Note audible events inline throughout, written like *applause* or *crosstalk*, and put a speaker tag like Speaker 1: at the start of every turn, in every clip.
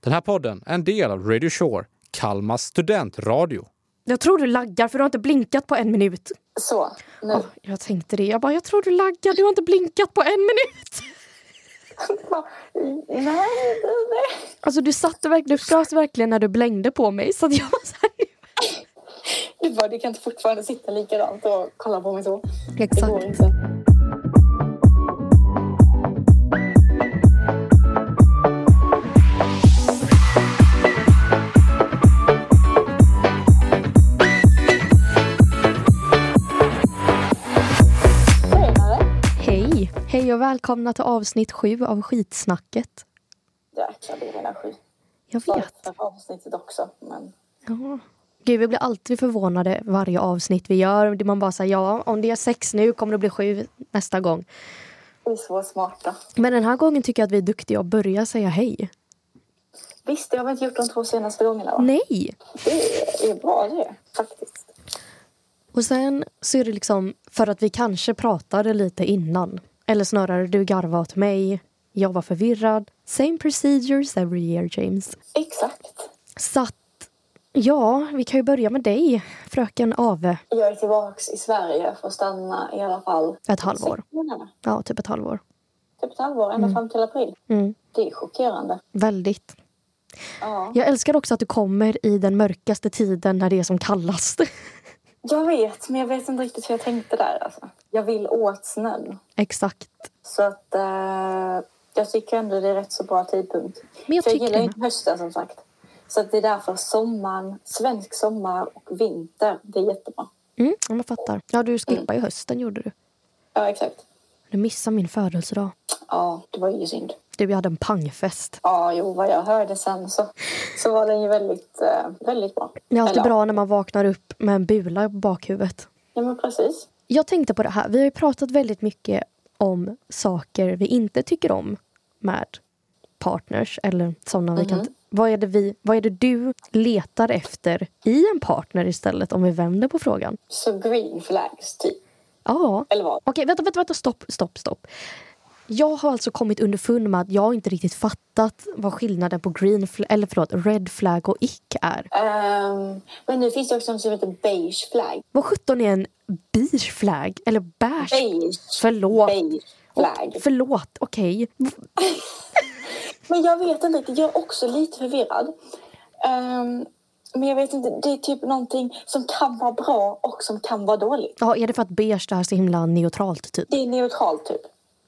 Speaker 1: Den här podden är en del av Radio Shore, Kalmas studentradio.
Speaker 2: Jag tror du laggar för du har inte blinkat på en minut.
Speaker 3: Så, nu.
Speaker 2: Ja, jag tänkte det. Jag bara, jag tror du laggar. Du har inte blinkat på en minut.
Speaker 3: Nej, nej.
Speaker 2: Alltså du satte verkligen, du frös verkligen när du blängde på mig. Så att jag var så här,
Speaker 3: Du bara, du kan inte fortfarande sitta likadant och kolla på mig så. Det
Speaker 2: Exakt.
Speaker 3: går inte. Tjenare.
Speaker 2: Hej! Hej och välkomna till avsnitt sju av skitsnacket.
Speaker 3: Jäklar, det är mina sju.
Speaker 2: Jag vet.
Speaker 3: Första avsnittet också, men
Speaker 2: Ja. Gud, vi blir alltid förvånade varje avsnitt vi gör. Man bara säger ja, om det är sex nu kommer det bli sju nästa gång.
Speaker 3: vi är så smarta.
Speaker 2: Men den här gången tycker jag att vi är duktiga och börjar säga hej.
Speaker 3: Visst, det har vi inte gjort de två senaste gångerna, va?
Speaker 2: Nej!
Speaker 3: Det är bra det, faktiskt.
Speaker 2: Och sen så är det liksom för att vi kanske pratade lite innan. Eller snarare, du garvade åt mig. Jag var förvirrad. Same procedures every year, James.
Speaker 3: Exakt.
Speaker 2: Så att, ja, vi kan ju börja med dig, fröken Ave.
Speaker 3: Jag är tillbaks i Sverige för att stanna i alla fall...
Speaker 2: Ett halvår.
Speaker 3: sex månader.
Speaker 2: Ja, typ ett halvår.
Speaker 3: Typ ett halvår, ända fram till april.
Speaker 2: Mm.
Speaker 3: Det är chockerande.
Speaker 2: Väldigt.
Speaker 3: Ja.
Speaker 2: Jag älskar också att du kommer i den mörkaste tiden när det är som kallast. *laughs*
Speaker 3: Jag vet, men jag vet inte riktigt hur jag tänkte där. Alltså. Jag vill åt snön.
Speaker 2: Exakt.
Speaker 3: Så att eh, jag tycker ändå det är rätt så bra tidpunkt.
Speaker 2: Men jag
Speaker 3: För jag
Speaker 2: tycker
Speaker 3: gillar
Speaker 2: det
Speaker 3: inte hösten som sagt. Så att det är därför sommaren, svensk sommar och vinter, det är jättebra.
Speaker 2: Mm, ja, man fattar. Ja, du skippade ju hösten gjorde du.
Speaker 3: Ja, exakt.
Speaker 2: Du missade min födelsedag.
Speaker 3: Ja, det var ju synd.
Speaker 2: Du, jag hade en pangfest.
Speaker 3: Ja, jo, vad jag hörde sen så, så var den ju väldigt, eh, väldigt bra.
Speaker 2: Det är alltid
Speaker 3: Eller,
Speaker 2: bra när man vaknar upp med en bula på bakhuvudet.
Speaker 3: Ja, men precis.
Speaker 2: Jag tänkte på det här. Vi har ju pratat väldigt mycket om saker vi inte tycker om med partners eller sådana vi
Speaker 3: Mhm.
Speaker 2: kan... Vad är, det vi, vad är det du letar efter i en partner istället om vi vänder på frågan?
Speaker 3: Så green flags, typ.
Speaker 2: Ja.
Speaker 3: Eller vad?
Speaker 2: Okej, vänta, vänta, vänta, stopp, stopp, stopp. Jag har alltså kommit underfund med att jag inte riktigt fattat vad skillnaden på green fl- eller förlåt, red flag och ick är.
Speaker 3: Ehm, men nu finns det också något som heter beige flag.
Speaker 2: Vad sjutton är en beige flag? Eller beige?
Speaker 3: Beige.
Speaker 2: Förlåt.
Speaker 3: Beige flag.
Speaker 2: Förlåt, okej.
Speaker 3: Men jag vet inte riktigt. Jag är också lite förvirrad. Ehm, men jag vet inte. Det är typ någonting som kan vara bra och som kan vara dåligt.
Speaker 2: Ja, är det för att beige är så himla neutralt typ?
Speaker 3: Det är neutralt typ.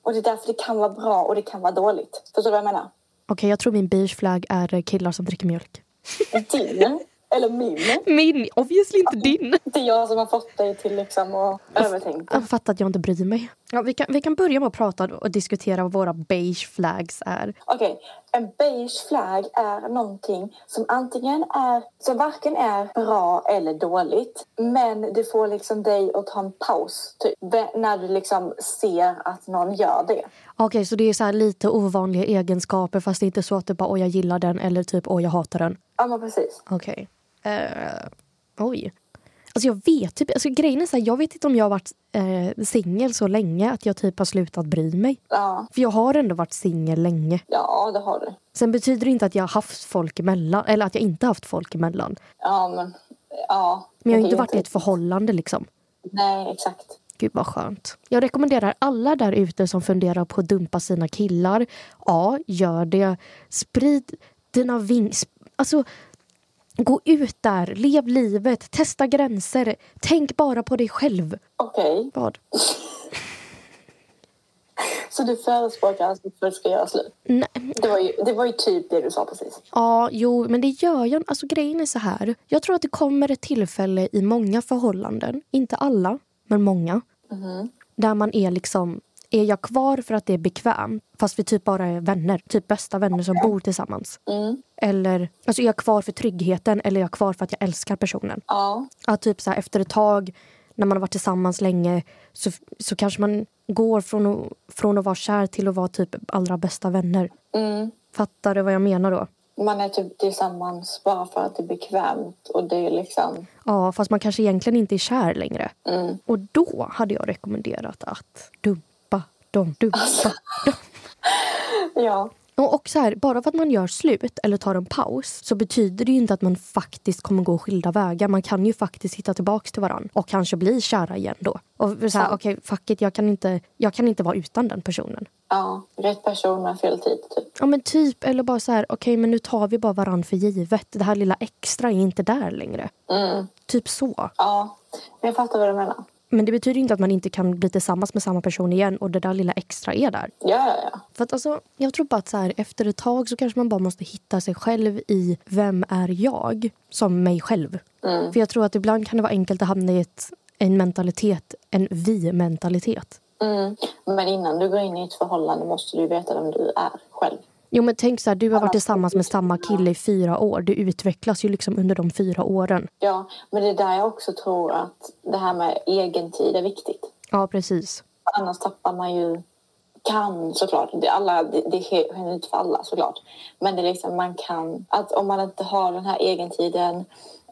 Speaker 3: Och det är därför det kan vara bra och det kan vara dåligt. Förstår du vad jag menar?
Speaker 2: Okej, jag tror min beige flag är killar som dricker mjölk.
Speaker 3: Din, eller min.
Speaker 2: Min! Obviously inte din!
Speaker 3: Det är jag som har fått dig till liksom att övertänka.
Speaker 2: Jag fattar att jag inte bryr mig. Ja, vi, kan, vi kan börja med att prata och diskutera vad våra beige flags är.
Speaker 3: Okej, en beige flagg är någonting som antingen är, som varken är bra eller dåligt, men det får liksom dig att ta en paus, typ, vä- när du liksom ser att någon gör det.
Speaker 2: Okej, så det är så här lite ovanliga egenskaper fast det är inte så att du bara åh jag gillar den eller typ åh jag hatar den.
Speaker 3: Ja, men precis.
Speaker 2: Okej. Eh, oj. Alltså jag vet typ, alltså grejen är så här, jag vet inte om jag har varit eh, singel så länge att jag typ har slutat bry mig.
Speaker 3: Ja,
Speaker 2: För jag har ändå varit singel länge.
Speaker 3: ja det har du.
Speaker 2: Sen betyder det inte att jag har haft folk emellan, eller att jag inte har haft folk emellan.
Speaker 3: Ja, men... Ja.
Speaker 2: Men jag har
Speaker 3: det
Speaker 2: inte
Speaker 3: är
Speaker 2: varit i ett förhållande liksom.
Speaker 3: Nej, exakt.
Speaker 2: Gud vad skönt. Jag rekommenderar alla där ute som funderar på att dumpa sina killar. Ja, gör det. Sprid dina vings... Alltså, gå ut där, lev livet, testa gränser. Tänk bara på dig själv.
Speaker 3: Okej,
Speaker 2: Vad?
Speaker 3: så du förespråkar alltså att du ska göra slut?
Speaker 2: Nej.
Speaker 3: Det var, ju, det var ju typ det du sa precis.
Speaker 2: Ja, jo, men det gör jag. Alltså grejen är så här. Jag tror att det kommer ett tillfälle i många förhållanden, inte alla, men många,
Speaker 3: Mm-hmm.
Speaker 2: där man är liksom är jag kvar för att det är bekvämt fast vi typ bara är vänner, typ bästa vänner som bor tillsammans?
Speaker 3: Mm.
Speaker 2: Eller alltså är jag kvar för tryggheten eller är jag kvar för att jag älskar personen?
Speaker 3: Ja,
Speaker 2: Att typ så här, efter ett tag, när man har varit tillsammans länge så, så kanske man går från, att- från att vara kär till att vara typ allra bästa vänner.
Speaker 3: mm.
Speaker 2: Fattar du vad jag menar då?
Speaker 3: Man är typ tillsammans bara för att det är bekvämt och det är liksom...
Speaker 2: Ja, fast man kanske egentligen inte är kär längre.
Speaker 3: Mm.
Speaker 2: Och då hade jag
Speaker 3: Alltså.
Speaker 2: rekommenderat att dumpa dem, dumpa dem.
Speaker 3: Ja,
Speaker 2: Och, och så här, bara för att man gör slut eller tar en paus så betyder det ju inte att man faktiskt kommer gå skilda vägar. Man kan ju faktiskt hitta tillbaka till varandra och kanske bli kära igen då. Och så här, okej, fuck it, jag kan, inte, jag kan inte vara utan den personen.
Speaker 3: Ja, rätt person med fel tid typ.
Speaker 2: Ja men typ, eller bara så här, okej men nu tar vi bara varann för givet. Det här lilla extra är inte där längre.
Speaker 3: Mm.
Speaker 2: Typ så.
Speaker 3: Ja, men jag fattar vad du menar.
Speaker 2: Men det betyder ju inte att man inte kan bli tillsammans med samma person igen och det där lilla extra är där.
Speaker 3: Ja, ja, ja.
Speaker 2: För att alltså, jag tror bara att så här, efter ett tag så kanske man bara måste hitta sig själv i vem är jag som mig själv. För jag tror att ibland kan det vara enkelt att hamna i ett, en mentalitet, en vi-mentalitet.
Speaker 3: Mm. Men innan du går in i ett förhållande måste du veta vem du är själv.
Speaker 2: Jo men tänk så här, du har varit tillsammans med samma kille i fyra år. Du utvecklas ju liksom under de fyra åren.
Speaker 3: Ja, men det är där jag också tror att det här med egentid är viktigt.
Speaker 2: Ja precis.
Speaker 3: Annars tappar man ju... Kan såklart, det, alla, det, det händer inte för alla såklart. Men det är liksom man kan... Att om man inte har den här egentiden,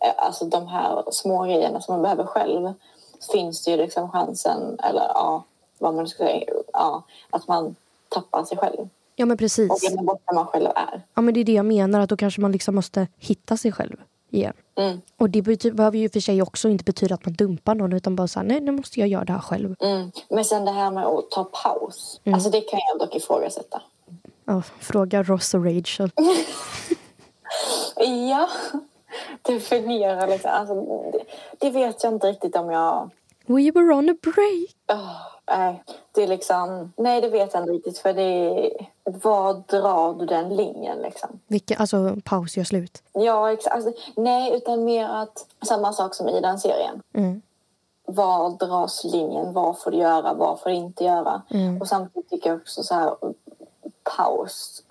Speaker 3: eh, alltså de här små grejerna som man behöver själv så finns det ju liksom chansen, eller ja, vad man ska säga, ja, att man tappar sig själv.
Speaker 2: Ja men precis.
Speaker 3: Och glömmer bort vem man själv är.
Speaker 2: Ja men det är det jag menar, att då kanske man liksom måste hitta sig själv igen.
Speaker 3: Mm,
Speaker 2: Och det bety- behöver ju i och för sig också inte betyda att man dumpar någon utan bara såhär, nej nu måste jag göra det här själv.
Speaker 3: mm. Men sen det här med att ta paus, alltså det kan jag dock ifrågasätta.
Speaker 2: Ja, fråga Ross och Rachel.
Speaker 3: Ja, *laughs* definiera liksom. Alltså, det, det vet jag inte riktigt om jag...
Speaker 2: We were on a break.
Speaker 3: Åh, nej, det är liksom... Nej, det vet jag inte riktigt. För det är, Var drar du den linjen liksom?
Speaker 2: Vilken, alltså paus gör slut.
Speaker 3: Ja, exakt. Alltså, nej, utan mer att... Samma sak som i den serien.
Speaker 2: Mm.
Speaker 3: Var dras linjen? Vad får du göra? Vad får du inte göra?
Speaker 2: Mm.
Speaker 3: Och samtidigt tycker jag också så här... Paus.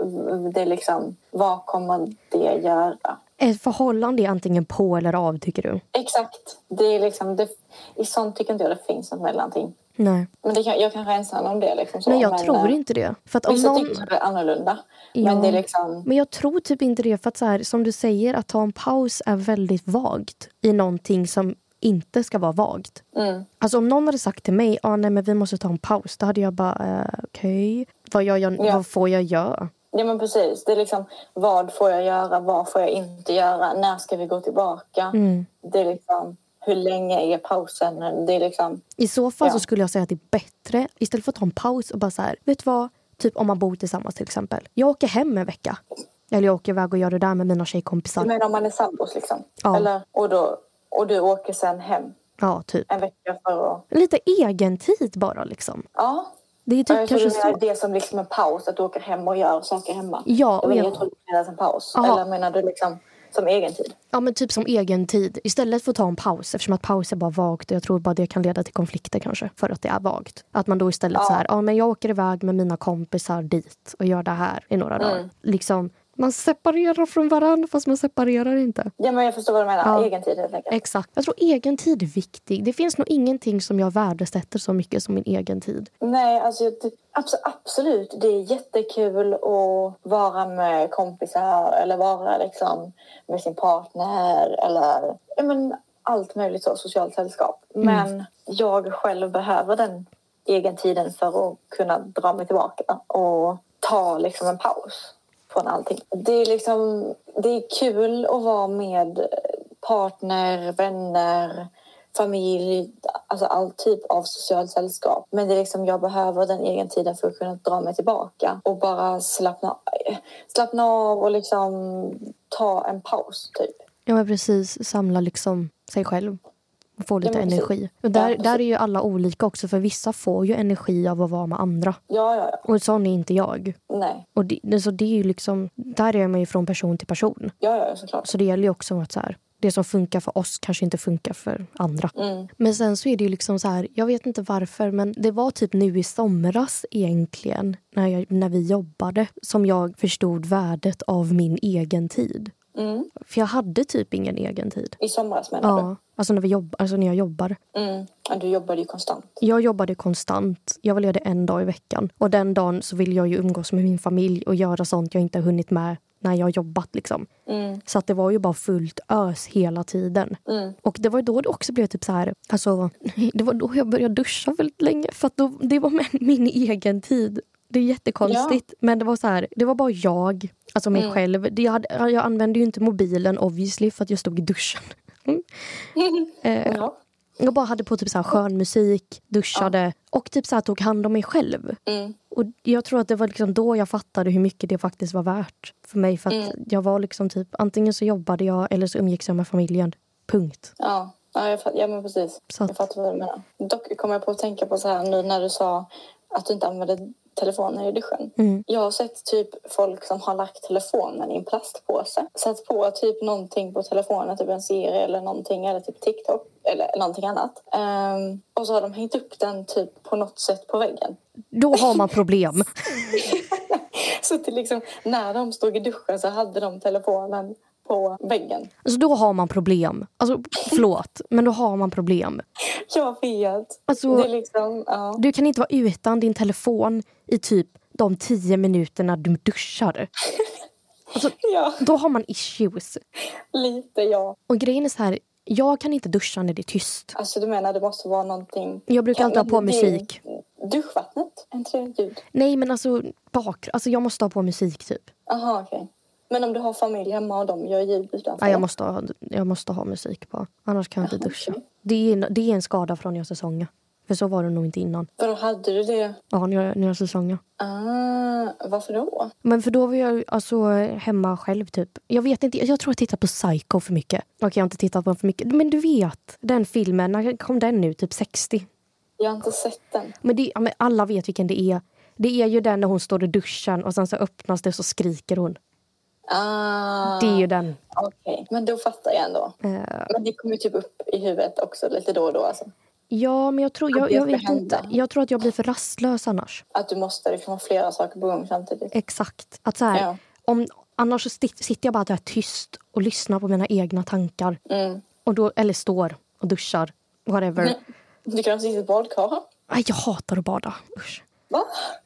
Speaker 3: Det är liksom... Vad kommer det göra?
Speaker 2: Ett Eh, förhållande är antingen på eller av tycker du?
Speaker 3: Exakt. Det är liksom, det, I sånt tycker inte jag det finns något mellanting.
Speaker 2: Nej.
Speaker 3: Men det kan, jag kanske är ensam om det. Liksom så,
Speaker 2: nej jag
Speaker 3: men,
Speaker 2: tror
Speaker 3: eh,
Speaker 2: inte det. För att om
Speaker 3: Vissa
Speaker 2: någon...
Speaker 3: tycker det är annorlunda.
Speaker 2: Ja.
Speaker 3: Men det är liksom...
Speaker 2: Men jag tror typ inte det för att så här, som du säger att ta en paus är väldigt vagt i någonting som inte ska vara vagt.
Speaker 3: Mm,
Speaker 2: Alltså om någon hade sagt till mig, ah, nej men vi måste ta en paus, då hade jag bara, eh, okej, vad, gör jag,
Speaker 3: Ja.
Speaker 2: vad får jag göra?
Speaker 3: ja, men precis. Det är liksom, vad får jag göra? Vad får jag inte göra? När ska vi gå tillbaka?
Speaker 2: Mm.
Speaker 3: Det är liksom, hur länge är pausen? Det är liksom...
Speaker 2: I så fall
Speaker 3: Ja.
Speaker 2: så skulle jag säga att det är bättre, istället för att ta en paus och bara så här, vet du vad, typ om man bor tillsammans till exempel. Jag åker hem en vecka. Eller jag åker iväg och gör det där med mina tjejkompisar.
Speaker 3: Men om man är sambos liksom.
Speaker 2: Ja.
Speaker 3: Eller, och, då, och du åker sen hem
Speaker 2: Ja, typ.
Speaker 3: en vecka för att...
Speaker 2: Lite egen tid bara liksom.
Speaker 3: Ja.
Speaker 2: Det är
Speaker 3: Ja,
Speaker 2: typ
Speaker 3: jag tror
Speaker 2: kanske
Speaker 3: du
Speaker 2: så.
Speaker 3: menar det som liksom en paus, att du åker hem och gör saker hemma.
Speaker 2: Ja, och
Speaker 3: och jag...
Speaker 2: jag-
Speaker 3: jag tror det är en paus.
Speaker 2: Aha.
Speaker 3: Eller menar du liksom som egen tid?
Speaker 2: Ja men typ som egen tid. Istället för att ta en paus eftersom att paus är bara vagt och jag tror bara det kan leda till konflikter kanske för att det är vagt. Att man då istället
Speaker 3: Ja.
Speaker 2: så här, ja men jag åker iväg med mina kompisar dit och gör det här i några
Speaker 3: Mm.
Speaker 2: dagar. Liksom, man separerar från varandra fast man separerar inte.
Speaker 3: Ja, men jag förstår vad du menar.
Speaker 2: Ja.
Speaker 3: Egen tid helt enkelt.
Speaker 2: Exakt. Jag tror egen tid är viktig. Det finns nog ingenting som jag värdesätter så mycket som min egen tid.
Speaker 3: Nej, alltså jag- abs- absolut. Det är jättekul att vara med kompisar eller vara liksom med sin partner eller ja, men, allt möjligt så, socialt sällskap. Men jag själv behöver den egen tiden för att kunna dra mig tillbaka och ta liksom en paus från allting. Det är liksom, det är kul att vara med partner, vänner, familj, alltså all typ av socialt sällskap. Men det är liksom, jag behöver den egen tiden för att kunna dra mig tillbaka och bara slappna, slappna av och liksom ta en paus typ.
Speaker 2: Ja men precis, samla liksom sig själv. Och få lite
Speaker 3: men precis.
Speaker 2: energi. Och där,
Speaker 3: Ja, precis.
Speaker 2: där är ju alla olika också för vissa får ju energi av att vara med andra.
Speaker 3: Ja, ja, ja.
Speaker 2: Och sån är inte jag.
Speaker 3: Nej.
Speaker 2: Och det, det, så det är ju liksom, där är man ju från person till person.
Speaker 3: Ja, ja, såklart.
Speaker 2: Så det gäller ju också att så här, det som funkar för oss kanske inte funkar för andra.
Speaker 3: Mm.
Speaker 2: Men sen så är det ju liksom så här, jag vet inte varför men det var typ nu i somras egentligen när, jag, när vi jobbade som jag förstod värdet av min egen tid.
Speaker 3: Mm.
Speaker 2: För jag hade typ ingen egen tid.
Speaker 3: I somras menar
Speaker 2: Ja, alltså när, vi jobb, alltså när jag jobbar.
Speaker 3: du? Mm. Ja, du jobbade ju konstant.
Speaker 2: Jag jobbade konstant. Jag var ledig en dag i veckan. Och den dagen så vill jag ju umgås med min familj och göra sånt jag inte har hunnit med när jag har jobbat. Liksom.
Speaker 3: Mm.
Speaker 2: Så att det var ju bara fullt ös hela tiden.
Speaker 3: Mm.
Speaker 2: Och det var ju då det också blev typ så här, *laughs* *laughs* alltså, det var då jag började duscha väldigt länge för att då, det var min, min egen tid. Det är jättekonstigt. Men det var så här, det var bara jag, alltså mig
Speaker 3: Mm.
Speaker 2: själv. Det- Jag, hade, jag använde ju inte mobilen obviously för att jag stod i duschen.
Speaker 3: Ja.
Speaker 2: Jag bara hade på typ så här skön musik, duschade och typ så här tog hand om mig själv.
Speaker 3: Mm.
Speaker 2: Och Jag tror att det var liksom då jag fattade hur mycket det faktiskt var värt för mig. För att jag var liksom typ, Antingen så jobbade jag eller så umgicks jag med familjen. Punkt.
Speaker 3: Ja, ja, jag fatt, ja men precis.
Speaker 2: Så att-
Speaker 3: Jag fattar vad du menar. Dock kommer jag på att tänka på så här nu när du sa att du inte använde telefonen i duschen.
Speaker 2: Mm.
Speaker 3: Jag har sett typ folk som har lagt telefonen i en plastpåse. Satt på typ någonting på telefonen, typ en serie eller någonting eller typ TikTok eller någonting annat. Ehm, och så har de hängt upp den typ på något sätt på väggen. *laughs*
Speaker 2: Då har man problem.
Speaker 3: Så att det liksom, när de stod i duschen så hade de telefonen på väggen.
Speaker 2: Alltså då har man problem. Alltså förlåt, men då har man problem.
Speaker 3: Jag vet.
Speaker 2: Alltså-
Speaker 3: det är liksom, ja.
Speaker 2: Du kan inte vara utan din telefon i typ de tio minuterna du duschar.
Speaker 3: ja,
Speaker 2: Då har man issues.
Speaker 3: lite ja.
Speaker 2: Och grejen är så här, jag kan inte duscha när det är tyst.
Speaker 3: Alltså du menar det måste vara någonting...
Speaker 2: Jag brukar alltid ha på
Speaker 3: men det-
Speaker 2: musik.
Speaker 3: Duschvattnet? Är inte det ljud?
Speaker 2: Nej men alltså bakgrund, alltså jag måste ha på musik typ.
Speaker 3: Aha, okej. Men om du har familj hemma och de gör ljud utanför?
Speaker 2: Nej, jag, måste ha, jag måste ha musik på, annars kan jag inte duscha. Det är, en- det är en skada från jag säsonga. För så var det nog inte innan.
Speaker 3: Vadå, hade du det?
Speaker 2: Ja, när jag, när jag säsonga.
Speaker 3: Ah, varför då?
Speaker 2: Men för då var jag alltså hemma själv typ. Jag vet inte, jag tror jag tittat på Psycho för mycket. Okej, jag har inte tittat på den för mycket. Men du vet, den filmen, när kom den ut? Typ 60?
Speaker 3: Jag har inte sett den.
Speaker 2: Men, det, ja, men alla vet vilken det är. Det är ju den när hon står i duschen och sen så öppnas det och så skriker hon.
Speaker 3: Ah,
Speaker 2: Det är ju den.
Speaker 3: Okej, men då fattar jag ändå.
Speaker 2: Eh,
Speaker 3: Men det kommer ju typ upp i huvudet också lite då och då. Alltså.
Speaker 2: ja, men jag tror, jag,
Speaker 3: det
Speaker 2: jag
Speaker 3: ska
Speaker 2: vet
Speaker 3: hända.
Speaker 2: inte. Jag tror att jag blir för rastlös annars.
Speaker 3: Att du måste liksom ha flera saker på gång samtidigt.
Speaker 2: Exakt. Att så här,
Speaker 3: Ja.
Speaker 2: om, annars så sti- sitter jag bara där tyst och lyssnar på mina egna tankar.
Speaker 3: Mm.
Speaker 2: Och då, eller står och duschar. Whatever.
Speaker 3: Du kan ha sitt badkar.
Speaker 2: Aj, jag hatar att bada. Usch.
Speaker 3: Va?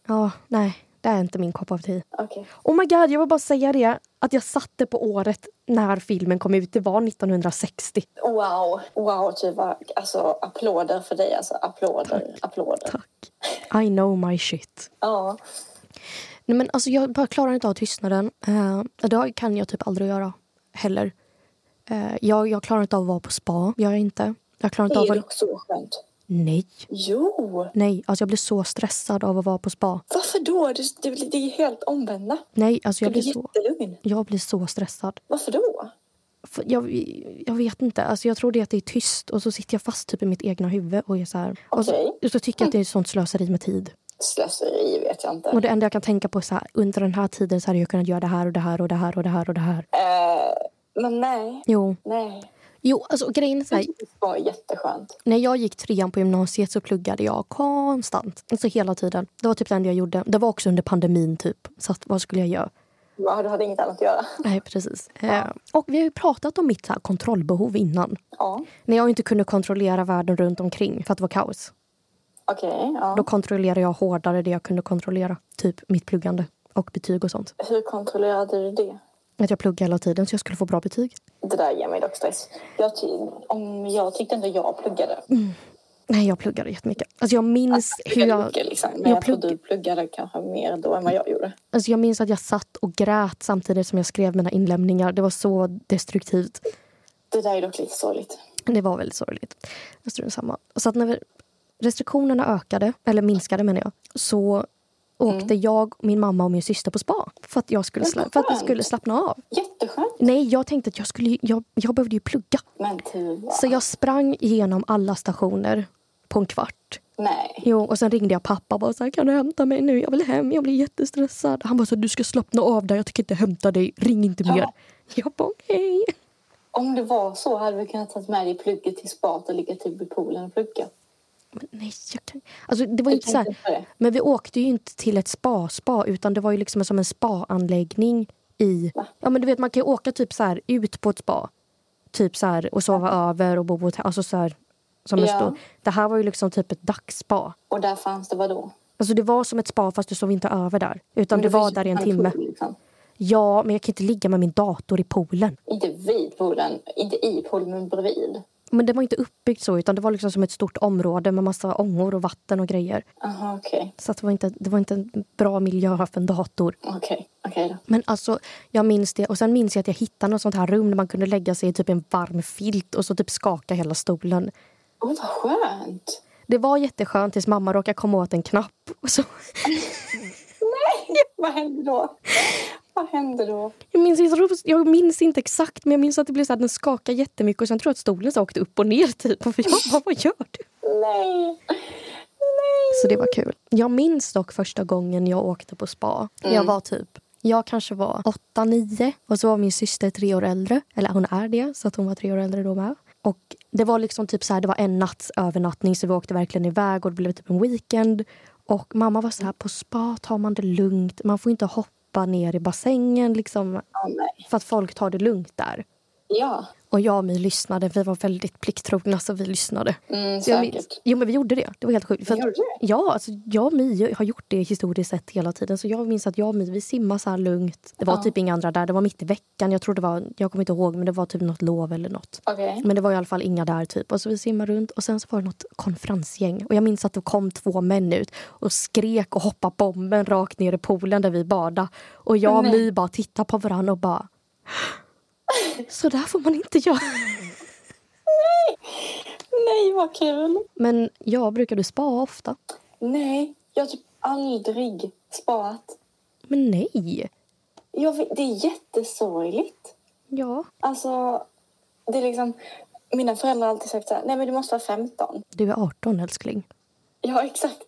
Speaker 2: Ja, nej. Det är inte min kopp av te.
Speaker 3: Okej.
Speaker 2: Oh my god, jag vill bara säga det. Att jag satte på året när filmen kom ut. Det var 1960.
Speaker 3: Wow. Wow, Tuva. Alltså, applåder för dig. Alltså, applåder. Applåder.
Speaker 2: Tack. I know my shit.
Speaker 3: Ja.
Speaker 2: Nej, men alltså, jag bara klarar inte av tystnaden. Uh, det kan jag typ aldrig göra heller. Eh, jag, jag klarar inte av att vara på spa. Gör jag inte. Jag klarar
Speaker 3: Det
Speaker 2: inte
Speaker 3: är
Speaker 2: av
Speaker 3: ju
Speaker 2: att...
Speaker 3: dock så skönt.
Speaker 2: Nej.
Speaker 3: Jo!
Speaker 2: Nej, alltså jag blir så stressad av att vara på spa.
Speaker 3: Varför då? Du, du, det är helt omvända.
Speaker 2: Nej, alltså
Speaker 3: Du
Speaker 2: jag
Speaker 3: blir
Speaker 2: blir så,
Speaker 3: jättelugn.
Speaker 2: jag blir så stressad.
Speaker 3: Varför då?
Speaker 2: För jag, jag vet inte. Alltså jag tror det är att det är tyst och så sitter jag fast typ i mitt egna huvud och är så här. Och så,
Speaker 3: Okej. Mm.
Speaker 2: och så tycker jag att det är ett sånt slöseri med tid.
Speaker 3: Slöseri vet jag inte.
Speaker 2: Och det enda jag kan tänka på är så här, under den här tiden så hade jag kunnat göra det här och det här och det här och det här och det här.
Speaker 3: Eh, men nej.
Speaker 2: Jo,
Speaker 3: Nej.
Speaker 2: jo alltså grejen är så här,
Speaker 3: Det var jätteskönt.
Speaker 2: När jag gick trean på gymnasiet så pluggade jag konstant. Alltså hela tiden. Det var typ det enda jag gjorde. Det var också under pandemin typ. Så att, vad skulle jag göra?
Speaker 3: Ja, du hade inget annat att göra.
Speaker 2: Nej, precis. Eh, och vi har ju pratat om mitt så här kontrollbehov innan.
Speaker 3: Ja.
Speaker 2: När jag inte kunde kontrollera världen runt omkring för att det var kaos.
Speaker 3: Okej. ja.
Speaker 2: Då kontrollerade jag hårdare det jag kunde kontrollera. Typ mitt pluggande och betyg och sånt.
Speaker 3: Hur kontrollerade du det?
Speaker 2: Att jag pluggade hela tiden så jag skulle få bra betyg.
Speaker 3: Det där ger mig dock stress. Jag, ty- om jag tyckte inte jag pluggade.
Speaker 2: Nej, jag pluggade jättemycket. Alltså jag minns Mm. hur jag...
Speaker 3: mycket, liksom. Men
Speaker 2: jag
Speaker 3: jag, tror
Speaker 2: plugg-
Speaker 3: du pluggade kanske mer då än vad jag gjorde.
Speaker 2: Alltså jag minns att jag satt och grät samtidigt som jag skrev mina inlämningar. Det var så destruktivt.
Speaker 3: Det där är dock lite sorgligt.
Speaker 2: Det var väldigt sorgligt. Jag strunt samma. Så att när vi- restriktionerna ökade, eller minskade menar jag, så åkte jag, min mamma och min syster på spa för att, jag skulle
Speaker 3: Men
Speaker 2: sla- för att vi
Speaker 3: skönt.
Speaker 2: skulle slappna av.
Speaker 3: Jätteskönt.
Speaker 2: Nej, jag tänkte att jag, skulle, ju- jag, jag behövde ju plugga.
Speaker 3: Men Tuva.
Speaker 2: Så jag sprang igenom alla stationer på en kvart.
Speaker 3: Nej.
Speaker 2: Jo, och sen ringde jag pappa och bara så här, kan du hämta mig nu? Jag vill hem, jag blir jättestressad. Han bara så här, du ska slappna av där, jag tänker inte hämta dig, ring inte
Speaker 3: Ja.
Speaker 2: mer. Jag bara okej.
Speaker 3: Om det var så hade vi kunnat ta med dig plugget till spat och ligga typ vid poolen och plugga.
Speaker 2: Men nej, jag kan... Alltså det var
Speaker 3: Du
Speaker 2: ju inte så här...
Speaker 3: tänkte inte på det?
Speaker 2: Men vi åkte ju inte till ett spa-spa utan det var ju liksom som en spa-anläggning i...
Speaker 3: Va?
Speaker 2: Ja men du vet man kan ju åka typ så här ut på ett spa. Typ så här och sova över och bo på hotell. Alltså så här som en
Speaker 3: Ja.
Speaker 2: stor... Det här var ju liksom typ ett dagsspa.
Speaker 3: Och där fanns det vadå?
Speaker 2: Alltså det var som ett spa fast du sov inte över där. Utan
Speaker 3: Men
Speaker 2: du
Speaker 3: det
Speaker 2: var
Speaker 3: finns ju
Speaker 2: där i en
Speaker 3: fortfarande
Speaker 2: timme.
Speaker 3: pool, liksom.
Speaker 2: Ja men jag kan ju inte ligga med min dator i poolen.
Speaker 3: Inte vid poolen, inte i poolen men bredvid.
Speaker 2: Men det var inte uppbyggt så, utan det var liksom som ett stort område med massa ångor och vatten och grejer.
Speaker 3: Aha, okej.
Speaker 2: Så att det, var inte, det var inte en bra miljö för en dator.
Speaker 3: Okej, okej då.
Speaker 2: Men alltså, jag minns det. Och sen minns jag att jag hittade något sånt här rum där man kunde lägga sig i typ en varm filt och så typ skaka hela stolen.
Speaker 3: Åh, vad skönt!
Speaker 2: Det var jätteskönt tills mamma råkade komma åt en knapp. *laughs* Och så,
Speaker 3: Nej, *laughs* vad hände då? Vad hände då?
Speaker 2: jag, minns, jag, tror, jag minns inte exakt, men jag minns att det blev så att den skakade jättemycket och sen tror jag att stolen så åkte upp och ner. Typ. Och jag bara, vad gör du?
Speaker 3: Nej! Nej!
Speaker 2: Så det var kul. Jag minns dock första gången jag åkte på spa. Jag var typ jag kanske var 8-9 och så var min syster tre år äldre. Eller hon är det, så att hon var tre år äldre då med. Och det var liksom typ så här, det var en natts övernattning så vi åkte verkligen iväg och det blev typ en weekend. Och mamma var så här, på spa tar man det lugnt. Man får inte hoppa ner i bassängen liksom.
Speaker 3: Åh, nej.
Speaker 2: För att folk tar det lugnt där.
Speaker 3: Ja,
Speaker 2: Och jag och My lyssnade. Vi var väldigt plikttrogna så vi lyssnade.
Speaker 3: mm,
Speaker 2: Så jag
Speaker 3: säkert.
Speaker 2: minns- Jo men vi gjorde det. Det var helt sjukt. För
Speaker 3: Ni
Speaker 2: att-
Speaker 3: gjorde det?
Speaker 2: Ja, alltså jag och My har gjort det historiskt sett hela tiden. Så jag minns att jag och My, vi simmar så här lugnt. Det var
Speaker 3: Ja.
Speaker 2: typ inga andra där. Det var mitt i veckan. Jag tror det var, jag kommer inte ihåg, men det var typ något lov eller något.
Speaker 3: Okej.
Speaker 2: Men det var i alla fall inga där typ. Och så vi simmar runt och sen så var det något konferensgäng. Och jag minns att det kom två män ut och skrek och hoppade bomben rakt ner i poolen där vi badade. Och jag och
Speaker 3: Nej.
Speaker 2: My bara tittade på varandra och bara... Så där får man inte göra.
Speaker 3: Nej, vad kul!
Speaker 2: Men jag brukar du spa ofta?
Speaker 3: Nej, jag har typ aldrig sparat.
Speaker 2: Men nej.
Speaker 3: Jag vet, det är jättesorgligt.
Speaker 2: Ja.
Speaker 3: Alltså, det är liksom... Mina föräldrar har alltid sagt så här, nej men du måste vara 15.
Speaker 2: Du är 18 älskling.
Speaker 3: *laughs* Ja, exakt.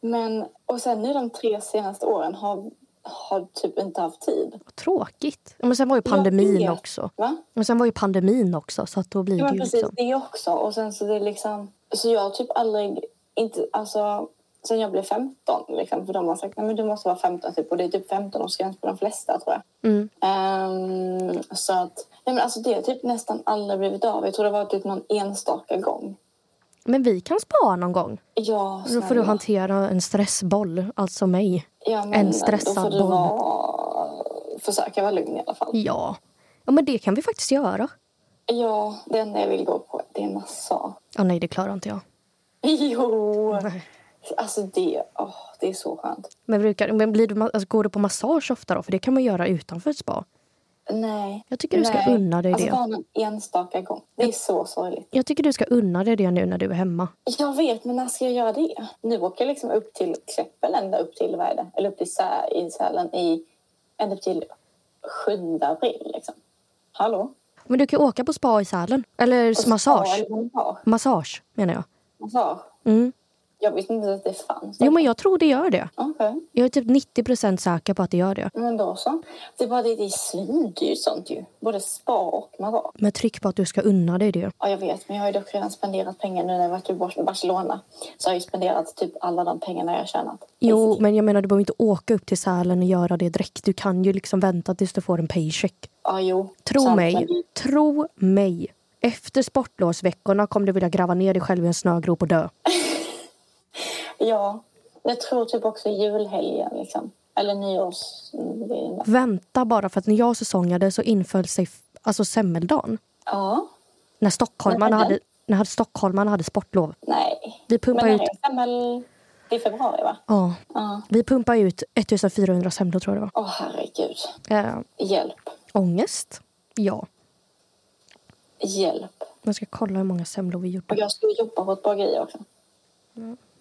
Speaker 3: Men, och sen nu de tre senaste åren har, har typ inte haft tid.
Speaker 2: Vad tråkigt. Ja, Men sen var ju pandemin
Speaker 3: vet.
Speaker 2: också.
Speaker 3: Va?
Speaker 2: Men sen var ju pandemin också så att då blir
Speaker 3: Ja,
Speaker 2: det
Speaker 3: men
Speaker 2: ju
Speaker 3: precis.
Speaker 2: liksom.
Speaker 3: Det också. Och sen så det är liksom... Så jag har typ aldrig... Inte, alltså, sen jag blev 15, liksom, för de har sagt nej men du måste vara 15 typ. Och det är typ 15-årsgräns på de flesta tror jag.
Speaker 2: Mm.
Speaker 3: Ehm, så att... Nej men alltså det har typ nästan aldrig blivit av. Jag tror det var typ någon enstaka gång.
Speaker 2: Men vi kan spa någon gång.
Speaker 3: Ja,
Speaker 2: Då får du
Speaker 3: snälla.
Speaker 2: hantera en stressboll, alltså mig.
Speaker 3: ja, men,
Speaker 2: en stressad
Speaker 3: Då får du
Speaker 2: boll.
Speaker 3: vara, försöka vara lugn i alla fall.
Speaker 2: Ja. Ja men det kan vi faktiskt göra.
Speaker 3: Ja, det enda jag vill gå på det är massage. *laughs*
Speaker 2: Ja nej det klarar inte jag.
Speaker 3: Jo! Alltså det, åh, det är så skönt.
Speaker 2: Men, brukar, men blir du, ma- alltså, går du på massage ofta då? För det kan man göra utanför ett spa.
Speaker 3: Nej.
Speaker 2: Jag tycker du ska
Speaker 3: Nej.
Speaker 2: unna dig
Speaker 3: alltså,
Speaker 2: det.
Speaker 3: Bara någon enstaka gång. Det är så sorgligt.
Speaker 2: Jag tycker du ska unna dig det nu när du är hemma.
Speaker 3: Jag vet, men när ska jag göra det? Nu åker jag liksom upp till Kläppen ända upp till, vad är det? Eller upp till Sä i Sälen i, ända upp till 7 april liksom. Hallå?
Speaker 2: Men du kan ju åka på spa i Sälen. Eller massage.
Speaker 3: Ja, eller massage.
Speaker 2: Massage menar jag.
Speaker 3: Massage.
Speaker 2: Mm.
Speaker 3: Jag visste inte att det fanns.
Speaker 2: Jo men jag tror det gör det.
Speaker 3: Okej,
Speaker 2: Jag är typ 90 säker på att det gör det.
Speaker 3: men då så. Det är bara det, det är svindyrt sånt ju. Både spa och massage.
Speaker 2: Men tryck på att du ska unna dig det.
Speaker 3: Ja, jag vet, men jag har ju dock redan spenderat pengar nu när jag varit i Bar- Barcelona. Så jag har ju spenderat typ alla de pengarna jag har tjänat.
Speaker 2: Jo, men jag menar du behöver inte åka upp till Sälen och göra det direkt. Du kan ju liksom vänta tills du får en paycheck.
Speaker 3: Ja, jo.
Speaker 2: Tro
Speaker 3: Sant,
Speaker 2: mig,
Speaker 3: men-
Speaker 2: tro mig. Efter sportlovsveckorna kommer du vilja gräva ner dig själv i en snögrop och dö.
Speaker 3: Ja. Jag tror typ också julhelgen liksom. Eller nyårs... mm, det är en-
Speaker 2: Vänta bara för att när jag säsongade så inföll sig f- alltså semmeldagen.
Speaker 3: Ja.
Speaker 2: När stockholmarna
Speaker 3: När är det?
Speaker 2: hade, när hade stockholmarna hade sportlov.
Speaker 3: Nej.
Speaker 2: Vi pumpar
Speaker 3: men
Speaker 2: ut...
Speaker 3: det är väl... Det är februari, va?
Speaker 2: Ja,
Speaker 3: Ja.
Speaker 2: vi pumpar ut 1400 semlor tror jag det
Speaker 3: Åh, herregud.
Speaker 2: var. Eh,
Speaker 3: Hjälp.
Speaker 2: ångest? Ja.
Speaker 3: Hjälp.
Speaker 2: Jag ska kolla hur många semlor vi gjort.
Speaker 3: Och jag skulle jobba på ett bageri också.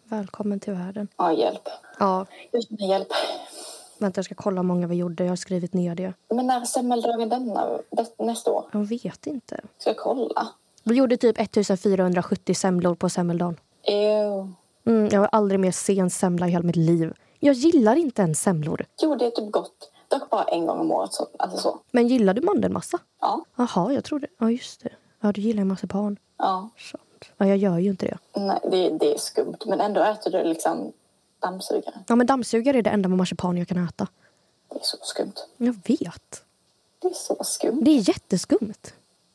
Speaker 2: Välkommen till världen.
Speaker 3: Ja, hjälp.
Speaker 2: Ja,
Speaker 3: Jag känner hjälp.
Speaker 2: vänta jag ska kolla hur många vi gjorde. Jag har skrivit ner det.
Speaker 3: Men när är semmeldagen denna? Det, nästa år?
Speaker 2: Jag vet inte.
Speaker 3: Ska jag kolla?
Speaker 2: Vi gjorde typ 1470 semlor på semmeldagen.
Speaker 3: Ew.
Speaker 2: Mm, jag har aldrig mer sett en semla i hela mitt liv. Jag gillar inte ens semlor.
Speaker 3: Jo, det är typ gott. Dock bara en gång om året. Så, alltså så.
Speaker 2: Men gillar du mandelmassa?
Speaker 3: Ja.
Speaker 2: Jaha, jag trodde... Ja, just det. Ja, du gillar ju marsipan.
Speaker 3: ja.
Speaker 2: Sant. Ja, jag gör ju inte det.
Speaker 3: Nej, det, det är skumt. Men ändå äter du liksom dammsugare.
Speaker 2: Ja, men dammsugare är det enda med marsipan jag kan äta.
Speaker 3: Det är så skumt.
Speaker 2: Jag vet.
Speaker 3: Det är så skumt.
Speaker 2: Det är jätteskumt.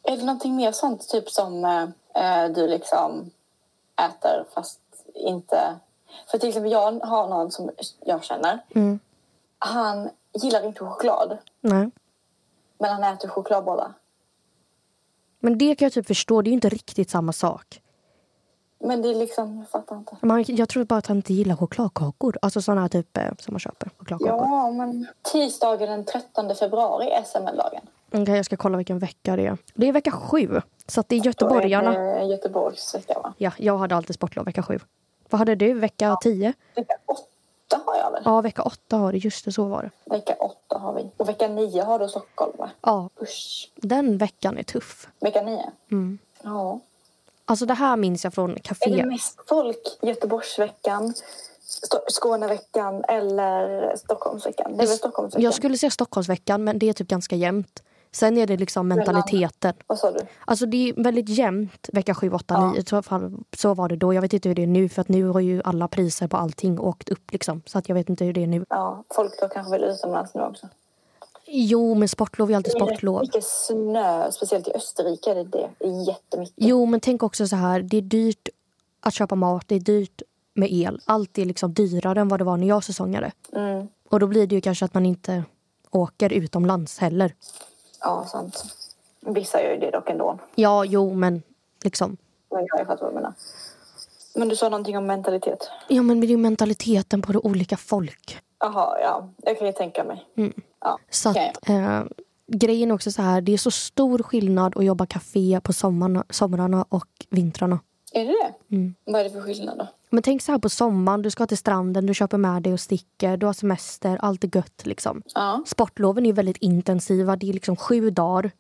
Speaker 3: Är det någonting mer sånt typ som eh, eh, du liksom äter fast inte... För till exempel jag har någon som jag känner.
Speaker 2: Mm.
Speaker 3: Han gillar inte choklad,
Speaker 2: Nej.
Speaker 3: men han äter chokladbollar.
Speaker 2: Men det kan jag typ förstå, det är ju inte riktigt samma sak.
Speaker 3: Men det är liksom, jag fattar inte.
Speaker 2: Man, jag tror bara att han inte gillar chokladkakor. Alltså sådana här typ eh, som man köper. Chokladkakor.
Speaker 3: Ja, men tisdagen den 13 februari är semmeldagen.
Speaker 2: Okej, jag ska kolla vilken vecka det är. Det är vecka sju. Så att det är
Speaker 3: Då
Speaker 2: göteborgarna.
Speaker 3: är det Göteborgsvecka, va?
Speaker 2: Ja, jag hade alltid sportlov vecka sju. Vad hade du? Vecka tio?
Speaker 3: Vecka åtta har jag väl?
Speaker 2: Ja, vecka åtta har du. Just det, så var det.
Speaker 3: Vecka åtta har vi. Och vecka nio har du Stockholm, va?
Speaker 2: Ja,
Speaker 3: Usch.
Speaker 2: den veckan är tuff.
Speaker 3: Vecka nio?
Speaker 2: Mm.
Speaker 3: Ja.
Speaker 2: Alltså det här minns jag från
Speaker 3: Är det
Speaker 2: kaféet.
Speaker 3: mest folk Göteborgsveckan, Sto- Skåneveckan eller Stockholmsveckan? Det är väl Stockholmsveckan?
Speaker 2: Jag skulle säga Stockholmsveckan, men det är typ ganska jämnt. Sen är det liksom mentaliteten.
Speaker 3: Vad sa du?
Speaker 2: Alltså det är väldigt jämnt vecka 7, 8,
Speaker 3: Ja.
Speaker 2: 9. Så, fall, så var det då. Jag vet inte hur det är nu för att nu har ju alla priser på allting åkt upp liksom. Så att jag vet inte hur det är nu.
Speaker 3: Ja, folk då kanske vill utomlands nu också.
Speaker 2: Jo, men sportlov är alltid
Speaker 3: Det är
Speaker 2: sportlov.
Speaker 3: Mycket snö, speciellt i Österrike är det det. Det är jättemycket.
Speaker 2: Jo, men tänk också så här. Det är dyrt att köpa mat. Det är dyrt med el. Allt är liksom dyrare än vad det var när jag säsongade.
Speaker 3: Mm.
Speaker 2: Och då blir det ju kanske att man inte åker utomlands heller.
Speaker 3: Ja, sant. Vissa gör ju det dock ändå.
Speaker 2: Ja, jo, men liksom.
Speaker 3: Men jag fattar vad du menar. Men du sa någonting om mentalitet.
Speaker 2: Ja, men det är ju mentaliteten på de olika folk.
Speaker 3: Jaha, ja. Jag kan ju tänka mig. Ja.
Speaker 2: Så att,
Speaker 3: Okej.
Speaker 2: eh, grejen är också så här, det är så stor skillnad att jobba café på sommarna, somrarna och vintrarna.
Speaker 3: Är det det? Vad är det för skillnad då?
Speaker 2: Men tänk så här på sommaren, du ska till stranden, du köper med dig och sticker, du har semester, allt är gött liksom.
Speaker 3: Ja.
Speaker 2: Sportloven är ju väldigt intensiva, det är liksom sju dagar.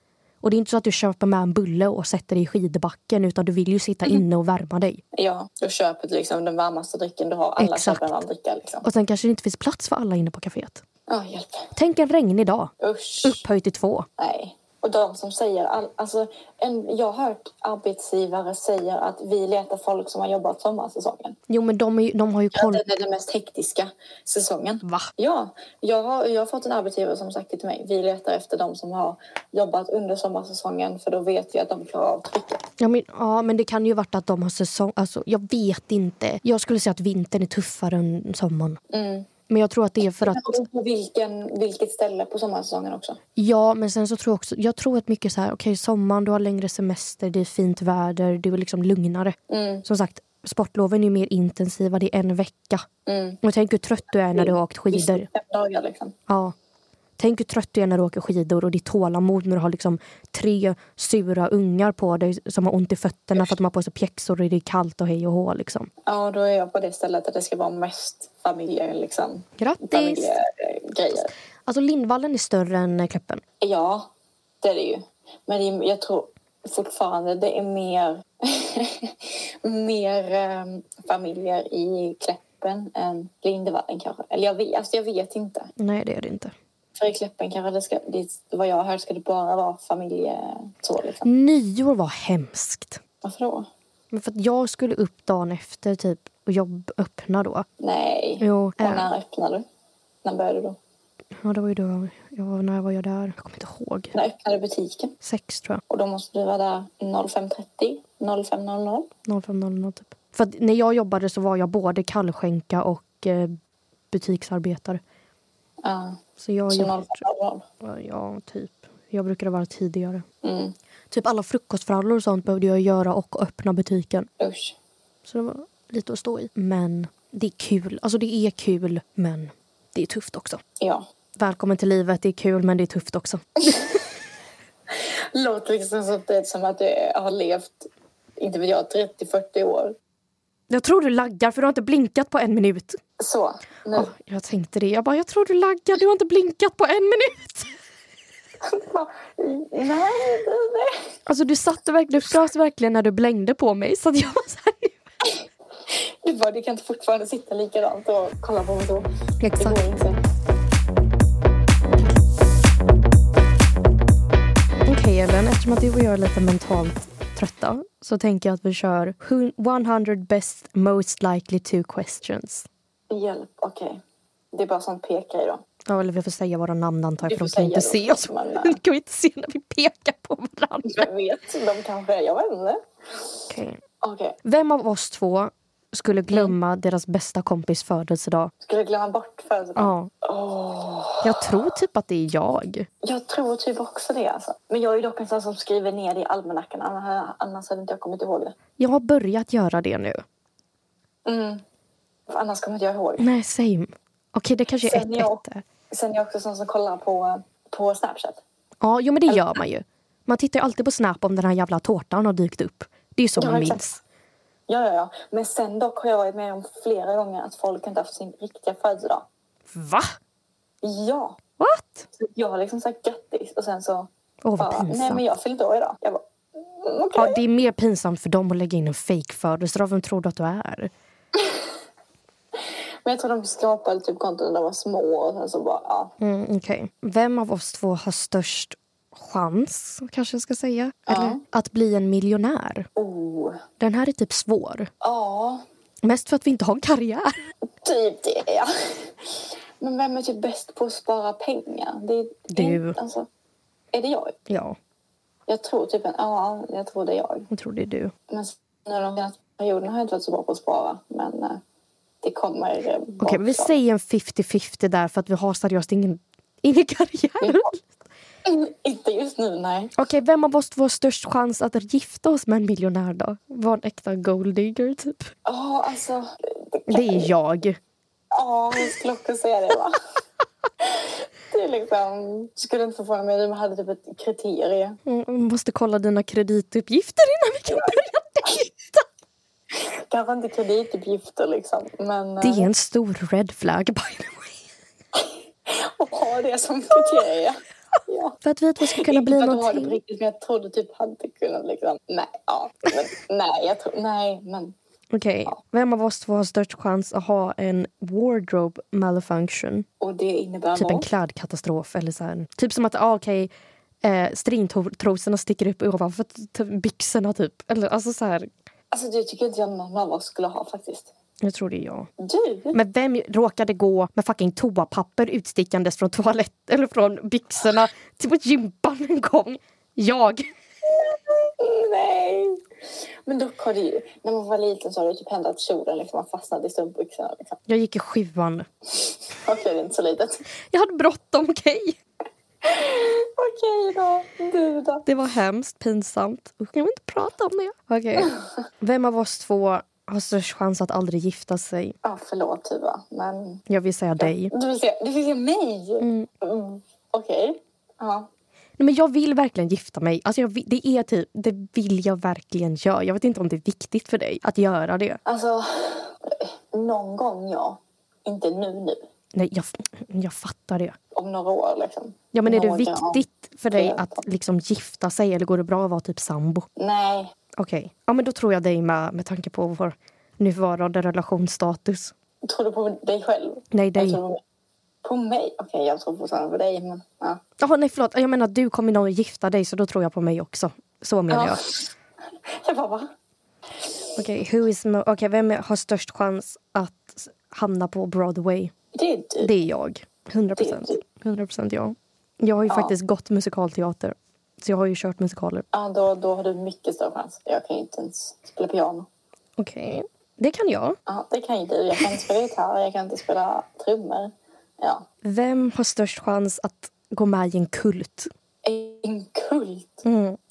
Speaker 2: Och det är inte så att du köper med en bulle och sätter dig i skidbacken utan du vill ju sitta inne och värma dig.
Speaker 3: Ja, du köper liksom den varmaste drycken du har. Alla
Speaker 2: Exakt.
Speaker 3: köper en varm dricka liksom.
Speaker 2: Och sen kanske det inte finns plats för alla inne på kaféet.
Speaker 3: Ja, hjälp.
Speaker 2: Tänk en regnig dag,
Speaker 3: Usch.
Speaker 2: upphöjt till två.
Speaker 3: Nej. Och de som säger... All, alltså, en, jag har hört arbetsgivare säga att vi letar folk som har jobbat sommarsäsongen.
Speaker 2: Jo men de, är, ju- de har ju koll.
Speaker 3: Det är den mest hektiska säsongen.
Speaker 2: Va?
Speaker 3: Ja, jag har, jag har fått en arbetsgivare som sagt till mig vi letar efter de som har jobbat under sommarsäsongen för då vet vi att de klarar av trycket.
Speaker 2: Ja men, ja, men det kan ju varit att de har säsong... Alltså, jag vet inte. Jag skulle säga att vintern är tuffare än sommaren.
Speaker 3: Mm.
Speaker 2: Men jag tror att det är för att...
Speaker 3: Det beror på vilken, vilket ställe på sommarsäsongen också.
Speaker 2: Ja, men sen så tror jag också... Jag tror att mycket så här, okej, sommaren, du har längre semester, det är fint väder, du är liksom lugnare.
Speaker 3: Mm,
Speaker 2: Som sagt, sportloven är ju mer intensiva, det är en vecka.
Speaker 3: mm.
Speaker 2: Och tänk hur trött du är när du har åkt skidor.
Speaker 3: Fem dagar liksom.
Speaker 2: Ja. Tänk hur trött du är när du åker skidor och ditt tålamod när du har liksom tre sura ungar på dig som har ont i fötterna för att de har på sig pjäxor och det är kallt och hej och hå. Liksom.
Speaker 3: Ja, då är jag på det stället där det ska vara mest familjer liksom.
Speaker 2: Grattis!
Speaker 3: Familjegrejer.
Speaker 2: Alltså Lindvallen är större än eh, Kläppen.
Speaker 3: Ja, det är det ju. Men det är, jag tror fortfarande det är mer, *laughs* mer ehm, familjer i Kläppen än Lindevallen kanske. Eller jag vet, alltså jag vet inte.
Speaker 2: Nej, det är det inte.
Speaker 3: För i Kläppen kanske det ska, det, vad jag har hört ska det bara vara familje så liksom.
Speaker 2: Nyår var hemskt.
Speaker 3: Varför då?
Speaker 2: Men för att jag skulle upp dagen efter typ och jobb öppna då.
Speaker 3: Nej.
Speaker 2: Jo,
Speaker 3: Och
Speaker 2: eh,
Speaker 3: när öppnade du? När började du då?
Speaker 2: ja, det var ju då jag var, när var jag där? Jag kommer inte ihåg.
Speaker 3: När öppnade butiken?
Speaker 2: Sex tror
Speaker 3: Och då måste du vara där 05.30, 05.00.
Speaker 2: jag. 05.00 typ. För att när jag jobbade så var jag både kallskänka och eh, butiksarbetare.
Speaker 3: Ja,
Speaker 2: Så jag har
Speaker 3: så
Speaker 2: gjort,
Speaker 3: 05.00.
Speaker 2: ja typ. Jag brukade vara tidigare.
Speaker 3: Mm,
Speaker 2: Typ alla frukostfrallor och sånt behövde jag göra och öppna butiken.
Speaker 3: usch.
Speaker 2: Så det var lite att stå i. Men det är kul. Alltså det är kul, men det är tufft också.
Speaker 3: Ja.
Speaker 2: Välkommen till livet. Det är kul, men det är tufft också.
Speaker 3: låter liksom som, det, som att du har levt, inte vet jag, 30-40 år.
Speaker 2: Jag tror du laggar, för du har inte blinkat på en minut.
Speaker 3: Så, nu.
Speaker 2: Åh, jag tänkte det. Jag bara, jag tror du laggar. Du har inte blinkat på en minut.
Speaker 3: Nej, nej, nej.
Speaker 2: Alltså du satte verkligen, du frös verkligen när du blängde på mig. Så att jag var så här,
Speaker 3: Du bara, du kan inte fortfarande sitta likadant och kolla på mig då. Det
Speaker 2: Exakt.
Speaker 3: går inte.
Speaker 2: Okej Ellen, eftersom att du och jag är lite mentalt trötta så tänker jag att vi kör 100 best most likely to questions.
Speaker 3: Hjälp, okej. Det är bara sån pekgrej då.
Speaker 2: Ja, eller vi får säga våra namn antar jag
Speaker 3: Du
Speaker 2: för
Speaker 3: får
Speaker 2: de kan ju
Speaker 3: säga
Speaker 2: inte
Speaker 3: då,
Speaker 2: se oss.
Speaker 3: men,
Speaker 2: *laughs*
Speaker 3: eh,
Speaker 2: De kan ju inte se när vi pekar på varandra.
Speaker 3: Vem vet, de kanske, jag vet inte.
Speaker 2: Okej.
Speaker 3: Okej,
Speaker 2: Vem av oss två skulle glömma deras bästa kompis födelsedag.
Speaker 3: Skulle jag glömma bort födelsedagen?
Speaker 2: Ja.
Speaker 3: Åh.
Speaker 2: Jag tror typ att det är jag.
Speaker 3: Jag tror typ också det. Alltså. Men jag är ju dock en sån som skriver ner det i almanackan. Anna- Annars hade inte jag kommit ihåg det.
Speaker 2: Jag har börjat göra det nu.
Speaker 3: Mm. För Annars kommer inte jag ihåg.
Speaker 2: Nej, same. Okej, det kanske är
Speaker 3: Sen jag-
Speaker 2: 1-1 där.
Speaker 3: Sen är jag också sån som kollar på, på Snapchat.
Speaker 2: Ja, jo, men det gör man ju. Man tittar ju alltid på Snap om den här jävla tårtan har dykt upp. Det är ju så
Speaker 3: Ja,
Speaker 2: man
Speaker 3: exakt.
Speaker 2: minns.
Speaker 3: Ja, ja, ja. Men sen dock har jag varit med om flera gånger att folk inte haft sin riktiga födelsedag.
Speaker 2: Va?
Speaker 3: Ja.
Speaker 2: What?
Speaker 3: Så jag har liksom sagt grattis och sen så...
Speaker 2: Åh, vad
Speaker 3: bara, Nej,
Speaker 2: pinsamt.
Speaker 3: men jag fyllde år idag. Jag bara, mm, okej.
Speaker 2: Ja, det är mer pinsamt för dem att lägga in en fejkfödelsedag. Vem tror du att du är?
Speaker 3: Men jag tror de skapade typ konton när de var små och sen så bara... Ja.
Speaker 2: Mm, okej. Vem av oss två har störst chans, kanske jag ska säga, eller, att bli en miljonär?
Speaker 3: Oh.
Speaker 2: Den här är typ svår.
Speaker 3: Ja,
Speaker 2: Mest för att vi inte har en karriär.
Speaker 3: typ det, ja. Men vem är typ bäst på att spara pengar? Det är,
Speaker 2: Du.
Speaker 3: Alltså, är det jag?
Speaker 2: Ja,
Speaker 3: Jag tror typ en, ja, jag tror det är jag.
Speaker 2: jag tror det är du.
Speaker 3: Men sen under de senaste perioderna har jag inte varit så bra på att spara. Men eh, det kommer... eh, bort
Speaker 2: Okej, men vi
Speaker 3: snart.
Speaker 2: säger en 50-50 där för att vi har seriöst ingen, ingen karriär.
Speaker 3: Mm, Inte just nu, nej.
Speaker 2: Okej, vem av oss två har störst chans att gifta oss med en miljonär då? Var en äkta golddigger typ.
Speaker 3: Ja, alltså...
Speaker 2: Det är jag.
Speaker 3: Ja, jag skulle också säga det, va? *laughs* Det är liksom... Skulle inte förvåna mig om jag hade typ ett kriterie.
Speaker 2: Mm, jag måste kolla dina kredituppgifter innan vi kan börja dejta.
Speaker 3: Kanske inte kredituppgifter, liksom. Men
Speaker 2: Det
Speaker 3: eh,
Speaker 2: är en stor red flag by the way.
Speaker 3: att ha det som kriterie. Ja.
Speaker 2: För att vi två ska kunna bli
Speaker 3: Inte för att du har det på
Speaker 2: någonting.
Speaker 3: riktigt, men jag trodde typ hade kunnat liksom... Nej, ja. Men, nej, jag tror... Nej, men...
Speaker 2: Okej, vem av oss två har störst chans att ha en wardrobe malfunction?
Speaker 3: Och det innebär
Speaker 2: Typ en
Speaker 3: vad?
Speaker 2: klädkatastrof eller så här. Typ som att ah, okej, eh, stringtrosorna sticker upp ovanför t- t- byxorna typ. Eller alltså så här.
Speaker 3: Alltså, det tycker inte jag någon av oss skulle ha, faktiskt.
Speaker 2: Jag tror det är jag.
Speaker 3: Du?
Speaker 2: Men vem råkade gå med fucking toapapper utstickandes från toalett *laughs* eller från byxorna till på gympan en gång? Jag!
Speaker 3: Nej. Men dock har det ju, när man var liten så har det typ hänt att kjolen liksom har fastnat i strumpbyxorna. Liksom.
Speaker 2: Jag gick i sjuan.
Speaker 3: Okej, det är inte så litet.
Speaker 2: Jag hade bråttom, okej?
Speaker 3: Okej då, du då.
Speaker 2: Det var hemskt pinsamt. Usch, Jag vill inte prata om det. Okej. Vem av oss två har störst chans att aldrig gifta sig?
Speaker 3: Ja, förlåt Tuva, men
Speaker 2: Jag vill säga dig.
Speaker 3: du vill se, du vill se mig? Mm. Okej. Ja.
Speaker 2: Nej, men jag vill verkligen gifta mig. Alltså jag, vill- det är typ, det vill jag verkligen göra. Jag vet inte om det är viktigt för dig att göra det.
Speaker 3: Alltså, någon gång ja. Inte nu nu.
Speaker 2: Nej, jag, f- jag fattar det.
Speaker 3: Om några år liksom.
Speaker 2: Ja, men är det
Speaker 3: Några år.
Speaker 2: viktigt för dig
Speaker 3: Jag vet
Speaker 2: att liksom gifta sig eller går det bra att vara typ sambo?
Speaker 3: Nej.
Speaker 2: Okej, ja, men då tror jag dig med, med tanke på vår nuvarande relationsstatus.
Speaker 3: Tror du på dig själv?
Speaker 2: Nej, dig.
Speaker 3: Jag tror på- På mig? Okej, jag tror fortfarande på dig, men ja.
Speaker 2: Jaha, nej förlåt. Jag menar du kommer nog att gifta dig så då tror jag på mig också. Så menar jag.
Speaker 3: ja. Jag bara, va?
Speaker 2: Okej, who is mo- okej, vem är- har störst chans att s- hamna på Broadway?
Speaker 3: Det är du.
Speaker 2: Det är jag. 100 procent.
Speaker 3: Typ.
Speaker 2: 100 procent jag. Jag har ju faktiskt gått musikalteater. Så jag har ju kört musikaler.
Speaker 3: Ja, då, då har du mycket större chans. Jag kan ju inte ens spela piano.
Speaker 2: Okej. Det kan jag.
Speaker 3: Ja, det kan ju du. Jag kan inte spela gitarr, jag kan inte spela trummor. Ja.
Speaker 2: Vem har störst chans att gå med i en kult?
Speaker 3: En kult.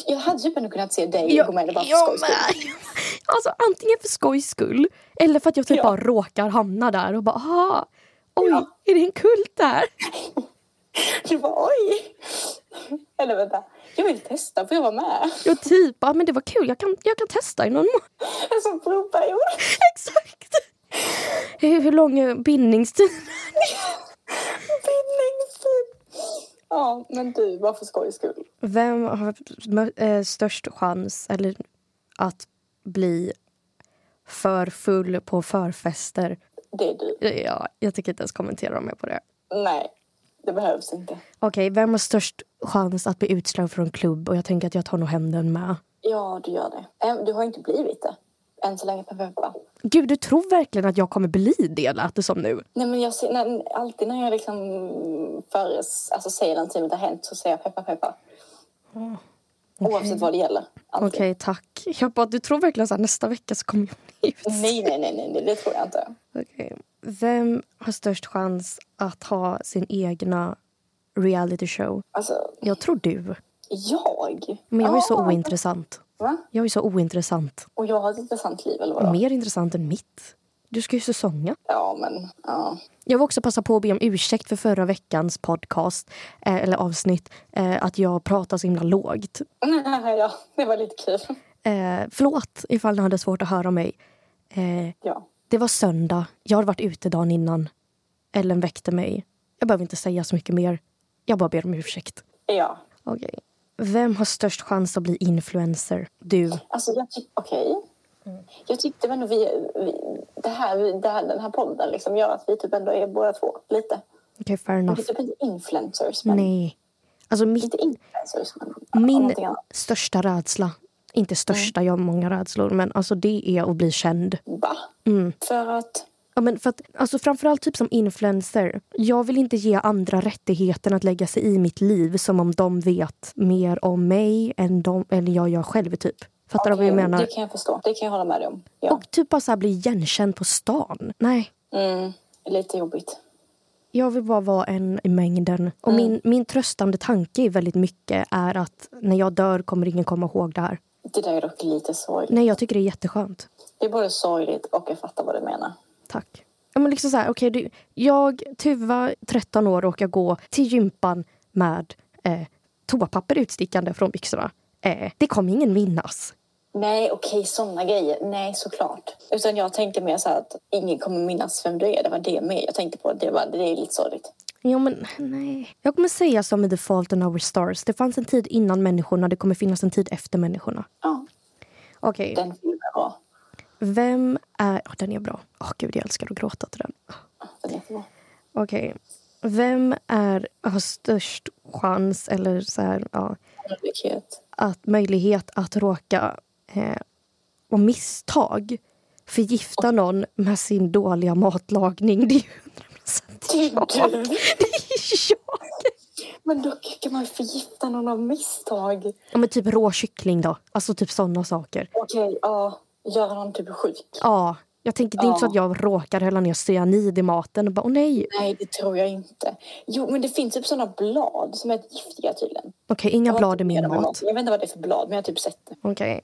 Speaker 3: Jag hade ju ändå kunnat se dig gå med i det bara för
Speaker 2: jag
Speaker 3: skojs skull.
Speaker 2: med. *laughs* Alltså antingen för skojs skull eller för att jag typ
Speaker 3: Ja.
Speaker 2: bara råkar hamna där och bara aha, oj, är det en kult där?
Speaker 3: Du bara, oj! Eller vänta, jag vill testa, får jag vara med?
Speaker 2: Ja, typ. Ja, men det var kul. Jag kan, jag kan testa i någon mån. *laughs*
Speaker 3: En sån provperiod.
Speaker 2: Exakt! Hur, hur lång är bindningstiden?
Speaker 3: Bindningstid. Ja, men du, bara för skojs skull.
Speaker 2: Vem har mö- eh, störst chans eller, att bli för full på förfester?
Speaker 3: Det är du.
Speaker 2: Ja, jag tänker inte ens kommentera mer på det.
Speaker 3: Nej, det behövs inte.
Speaker 2: Okej, vem har störst chans att bli utslagen från klubb? Och jag tänker att jag tar nog hem den med.
Speaker 3: Ja, du gör det. Äm, Du har inte blivit det. Än så länge, perfekt va?
Speaker 2: Gud, du tror verkligen att jag kommer bli det, lät det som nu.
Speaker 3: Nej, men jag ser, när, alltid när jag liksom föres, alltså, säger någonting som inte har hänt så säger jag peppa peppa. Oavsett vad det gäller.
Speaker 2: Ah, Okej, tack. Jag bara, du tror verkligen så här, nästa vecka så kommer jag ut?
Speaker 3: Nej, nej, nej, nej, nej, det tror jag inte.
Speaker 2: Okej. Vem har störst chans att ha sin egna reality show?
Speaker 3: Alltså,
Speaker 2: Jag tror du.
Speaker 3: jag?
Speaker 2: Men jag är ju
Speaker 3: Ja,
Speaker 2: så ointressant.
Speaker 3: Va?
Speaker 2: Jag är ju så ointressant.
Speaker 3: Och jag har ett intressant liv eller vadå?
Speaker 2: Mer intressant än mitt. Du ska ju säsonga.
Speaker 3: Ja, men ja.
Speaker 2: Jag vill också passa på att be om ursäkt för förra veckans podcast, eh, eller avsnitt, eh, att jag pratar så himla lågt.
Speaker 3: Nej, ja, det var lite kul.
Speaker 2: Eh, förlåt ifall ni hade svårt att höra mig. Eh,
Speaker 3: Ja.
Speaker 2: det var söndag, jag hade varit ute dagen innan. Ellen väckte mig. Jag behöver inte säga så mycket mer. Jag bara ber om ursäkt.
Speaker 3: Ja.
Speaker 2: Okej. Vem har störst chans att bli influencer? Du.
Speaker 3: Alltså, jag tycker... Okej.
Speaker 2: Mm.
Speaker 3: Jag tyckte ändå vi... vi det här, det här, den här podden liksom gör att vi typ ändå är båda två lite.
Speaker 2: Okej, fair
Speaker 3: Vi
Speaker 2: enough.
Speaker 3: är typ inte influencers, men...
Speaker 2: Nej. Alltså mitt,
Speaker 3: Inte influencers, men...
Speaker 2: min
Speaker 3: någonting annat. Mm.
Speaker 2: största rädsla, inte största, jag har många rädslor, men alltså det är att bli känd.
Speaker 3: Va?
Speaker 2: Mm.
Speaker 3: För att...
Speaker 2: Ja, men för att, alltså framförallt typ som influencer. Jag vill inte ge andra rättigheten att lägga sig i mitt liv som om de vet mer om mig än, de, än jag gör själv. typ. Fattar du vad jag
Speaker 3: Okej,
Speaker 2: menar?
Speaker 3: Det kan jag förstå. Det kan jag hålla med dig om. Ja.
Speaker 2: Och typ bara så här bli igenkänd på stan. Nej,
Speaker 3: Mm, lite jobbigt.
Speaker 2: jag vill bara vara en i mängden. Och
Speaker 3: Mm.
Speaker 2: min, min tröstande tanke är väldigt mycket är att när jag dör kommer ingen komma ihåg det här.
Speaker 3: Det där är dock lite sorgligt.
Speaker 2: Nej, jag tycker det är jätteskönt.
Speaker 3: Det är både sorgligt och jag fattar vad du menar.
Speaker 2: Tack. Ja, men liksom så här, okej, du, jag, Tuva, 13 år, råkar gå till gympan med eh, toapapper utstickande från byxorna. Eh, det kommer ingen minnas.
Speaker 3: Nej, okej, såna grejer. Nej, såklart. Utan jag tänkte mer så här att ingen kommer minnas vem du är. Det var det med. Jag tänkte på det. Var, det är lite sorgligt.
Speaker 2: Jo, men nej. Jag kommer säga som i The Fault in Our Stars. Det fanns en tid innan människorna, det kommer finnas en tid efter människorna.
Speaker 3: Ja,
Speaker 2: Okej,
Speaker 3: den filmen är bra.
Speaker 2: vem är... åh den är bra. Åh gud, jag älskar att gråta till den.
Speaker 3: Den är jättebra.
Speaker 2: Okej. Vem är, har störst chans, eller så här, ja,
Speaker 3: Det är cute.
Speaker 2: att möjlighet att råka eh, och misstag förgifta någon med sin dåliga matlagning. *laughs* Det är ju 100% jag.
Speaker 3: Gud.
Speaker 2: Det är jag.
Speaker 3: Men dock kan man ju förgifta någon av misstag.
Speaker 2: Ja, men typ rå kyckling då. Alltså typ sådana saker.
Speaker 3: Okej, ja. Göra någon typ sjuk.
Speaker 2: Ja, jag tänker det är inte så att jag råkar hälla ner cyanid i maten och bara åh nej.
Speaker 3: Nej, det tror jag inte. Jo, men det finns typ såna blad som är giftiga tydligen.
Speaker 2: Okej, inga
Speaker 3: Jag har
Speaker 2: blad i
Speaker 3: inte
Speaker 2: min
Speaker 3: med dem
Speaker 2: mat.
Speaker 3: Jag vet inte vad det är för blad, men jag har typ sett det.
Speaker 2: Okej.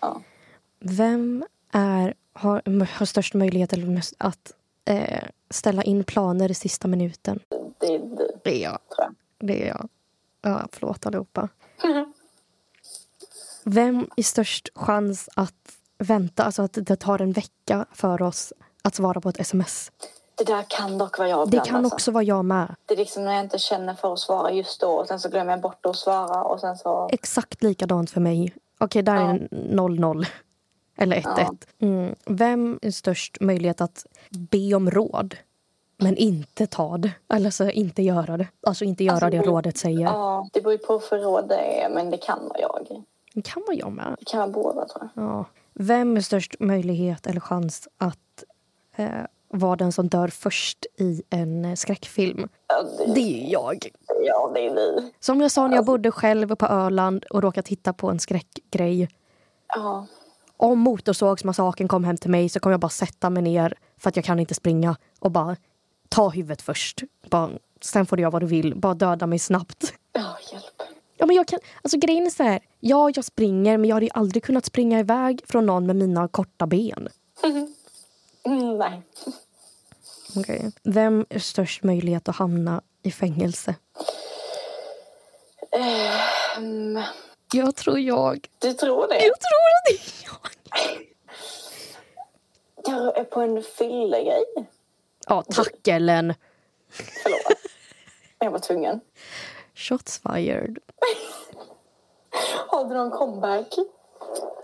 Speaker 3: Ja.
Speaker 2: Vem är, har, har störst möjlighet eller mest- att eh, ställa in planer i sista minuten?
Speaker 3: Det är det,
Speaker 2: Det är jag.
Speaker 3: tror jag.
Speaker 2: Det är jag. Ja, förlåt allihopa. Vem är störst chans att vänta, alltså att det tar en vecka för oss att svara på ett sms?
Speaker 3: *laughs* Det där kan dock vara jag
Speaker 2: Det
Speaker 3: ibland,
Speaker 2: kan
Speaker 3: alltså.
Speaker 2: också vara jag med.
Speaker 3: Det är liksom när jag inte känner för att svara just då och sen så glömmer jag bort att svara och sen så...
Speaker 2: Exakt likadant för mig. Okej, där är 0-0. Eller 1-1. Mm. Vem är störst möjlighet att be om råd men inte ta det? Eller så inte göra det. Alltså inte göra
Speaker 3: Alltså,
Speaker 2: det
Speaker 3: det-
Speaker 2: rådet säger.
Speaker 3: Ja, det beror ju på för råd det är, men det kan vara jag.
Speaker 2: Det kan vara jag med.
Speaker 3: Det kan vara båda tror jag.
Speaker 2: Ja. Vem är störst möjlighet eller chans att eh, vara den som dör först i en eh, skräckfilm?
Speaker 3: Ja, det,
Speaker 2: Det är jag.
Speaker 3: ja, det är vi.
Speaker 2: Som jag sa när jag bodde själv på Öland och råkade titta på en skräckgrej.
Speaker 3: Ja,
Speaker 2: Om Motorsågsmassakern kom hem till mig så kommer jag bara sätta mig ner för att jag kan inte springa och bara ta huvudet först. Bara, sen får du göra vad du vill. Bara döda mig snabbt.
Speaker 3: ja hjälp.
Speaker 2: Ja, men jag kan, alltså grejen är så här. Ja, jag springer, men jag hade ju aldrig kunnat springa iväg från någon med mina korta ben.
Speaker 3: Mm, nej.
Speaker 2: Okej. Vem är störst möjlighet att hamna i fängelse?
Speaker 3: Mm,
Speaker 2: Jag tror jag.
Speaker 3: du tror det?
Speaker 2: Jag tror att det är jag.
Speaker 3: Jag är på en fyllegrej.
Speaker 2: Ja, tack Ellen.
Speaker 3: Förlåt. Jag var tvungen.
Speaker 2: Shots fired.
Speaker 3: Har du någon comeback?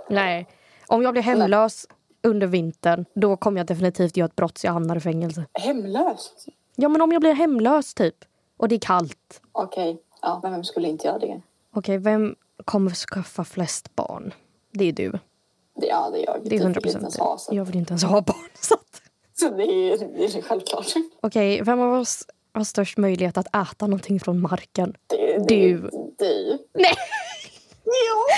Speaker 2: Nej. Om jag blir hemlös under vintern, då kommer jag definitivt göra ett brott så jag hamnar i fängelse.
Speaker 3: Hemlöst?
Speaker 2: Ja, men om jag blir hemlös typ. Och det är kallt.
Speaker 3: Okej, ja, men vem skulle inte göra det?
Speaker 2: Okej, vem kommer skaffa flest barn? Det är du.
Speaker 3: det ja, det är jag.
Speaker 2: Det är
Speaker 3: Du får
Speaker 2: 100
Speaker 3: inte
Speaker 2: procent
Speaker 3: ens ha, så-
Speaker 2: Jag vill inte ens ha barn. *laughs* Så att...
Speaker 3: Så det är, det är självklart.
Speaker 2: Okej, vem av oss har störst möjlighet att äta någonting från marken?
Speaker 3: Det, det,
Speaker 2: Du.
Speaker 3: Du.
Speaker 2: Nej!
Speaker 3: Ja.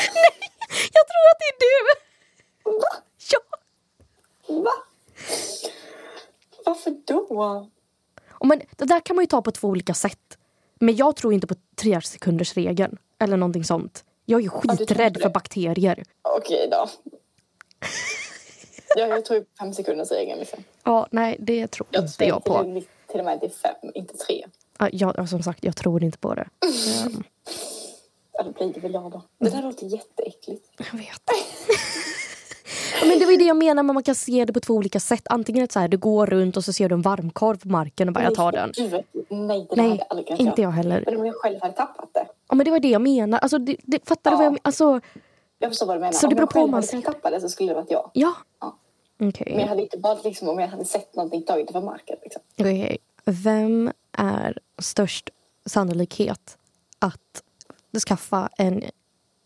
Speaker 3: Wow.
Speaker 2: Och men, det där kan man ju ta på två olika sätt. Men jag tror inte på tre sekunders regeln eller någonting sånt. Jag är ju
Speaker 3: du tror
Speaker 2: skiträdd
Speaker 3: inte
Speaker 2: för
Speaker 3: det?
Speaker 2: bakterier.
Speaker 3: Okej
Speaker 2: *laughs*
Speaker 3: då. ja, jag tror fem sekunders regeln. Liksom.
Speaker 2: Ja, nej, det tror
Speaker 3: Jag
Speaker 2: inte
Speaker 3: tror
Speaker 2: jag på.
Speaker 3: till, till och med att det är fem, inte tre.
Speaker 2: Ja, Jag, ja, som sagt, jag tror inte på det.
Speaker 3: Mm.
Speaker 2: Ehm,
Speaker 3: Ja, då blir det väl jag då. Det där låter jätteäckligt.
Speaker 2: Jag vet. Ja, Men det var ju det jag menar, men man kan se det på två olika sätt. Antingen att så här, du går runt och så ser du en varmkorv på marken och bara jag tar den.
Speaker 3: Gud, nej, det där hade
Speaker 2: Nej,
Speaker 3: jag aldrig kunnat
Speaker 2: inte
Speaker 3: göra.
Speaker 2: jag heller.
Speaker 3: Men om jag själv hade tappat det.
Speaker 2: Ja, men det var det jag menar. Alltså, det, det, fattar du vad jag menar? Alltså,
Speaker 3: Jag förstår vad du menar.
Speaker 2: Så det
Speaker 3: om
Speaker 2: beror
Speaker 3: jag
Speaker 2: på
Speaker 3: själv
Speaker 2: om man
Speaker 3: hade
Speaker 2: ser-
Speaker 3: tappat det så skulle det varit jag.
Speaker 2: ja.
Speaker 3: Ja.
Speaker 2: Okej.
Speaker 3: Men jag hade inte bara liksom, om jag hade sett någonting tagit det från marken. Liksom.
Speaker 2: Okej. Vem är störst sannolikhet att skaffa en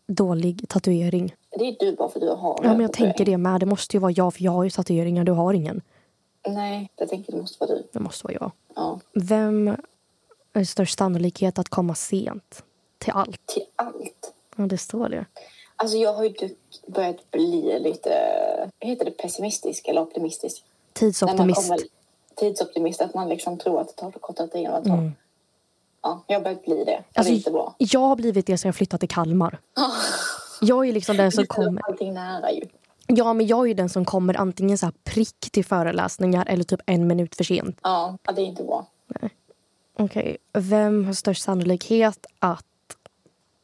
Speaker 2: dålig tatuering?
Speaker 3: Det är du bara för att du har
Speaker 2: Ja, men jag tänker det med. Det måste ju vara jag, för jag har ju tatueringar. Du har ingen.
Speaker 3: Nej, jag tänker det måste vara du.
Speaker 2: Det måste vara jag.
Speaker 3: Ja.
Speaker 2: Vem är störst sannolikhet att komma sent till allt?
Speaker 3: Till allt.
Speaker 2: Ja, det står det.
Speaker 3: Alltså jag har ju dock börjat bli lite, heter det pessimistisk eller optimistisk?
Speaker 2: Tidsoptimist.
Speaker 3: När man kommer, tidsoptimist, att man liksom tror att det tar för kortare tid än vad det tar. Ja, jag har börjat bli det. Och
Speaker 2: Mm. Alltså,
Speaker 3: det är inte bra.
Speaker 2: jag har blivit det sedan jag flyttade till Kalmar. Jag är ju liksom den som kommer...
Speaker 3: Allting nära ju.
Speaker 2: Ja, men jag är ju den som kommer antingen så här prick till föreläsningar eller typ en minut för sent.
Speaker 3: Ja, ja, det är inte bra.
Speaker 2: Okej, vem har störst sannolikhet att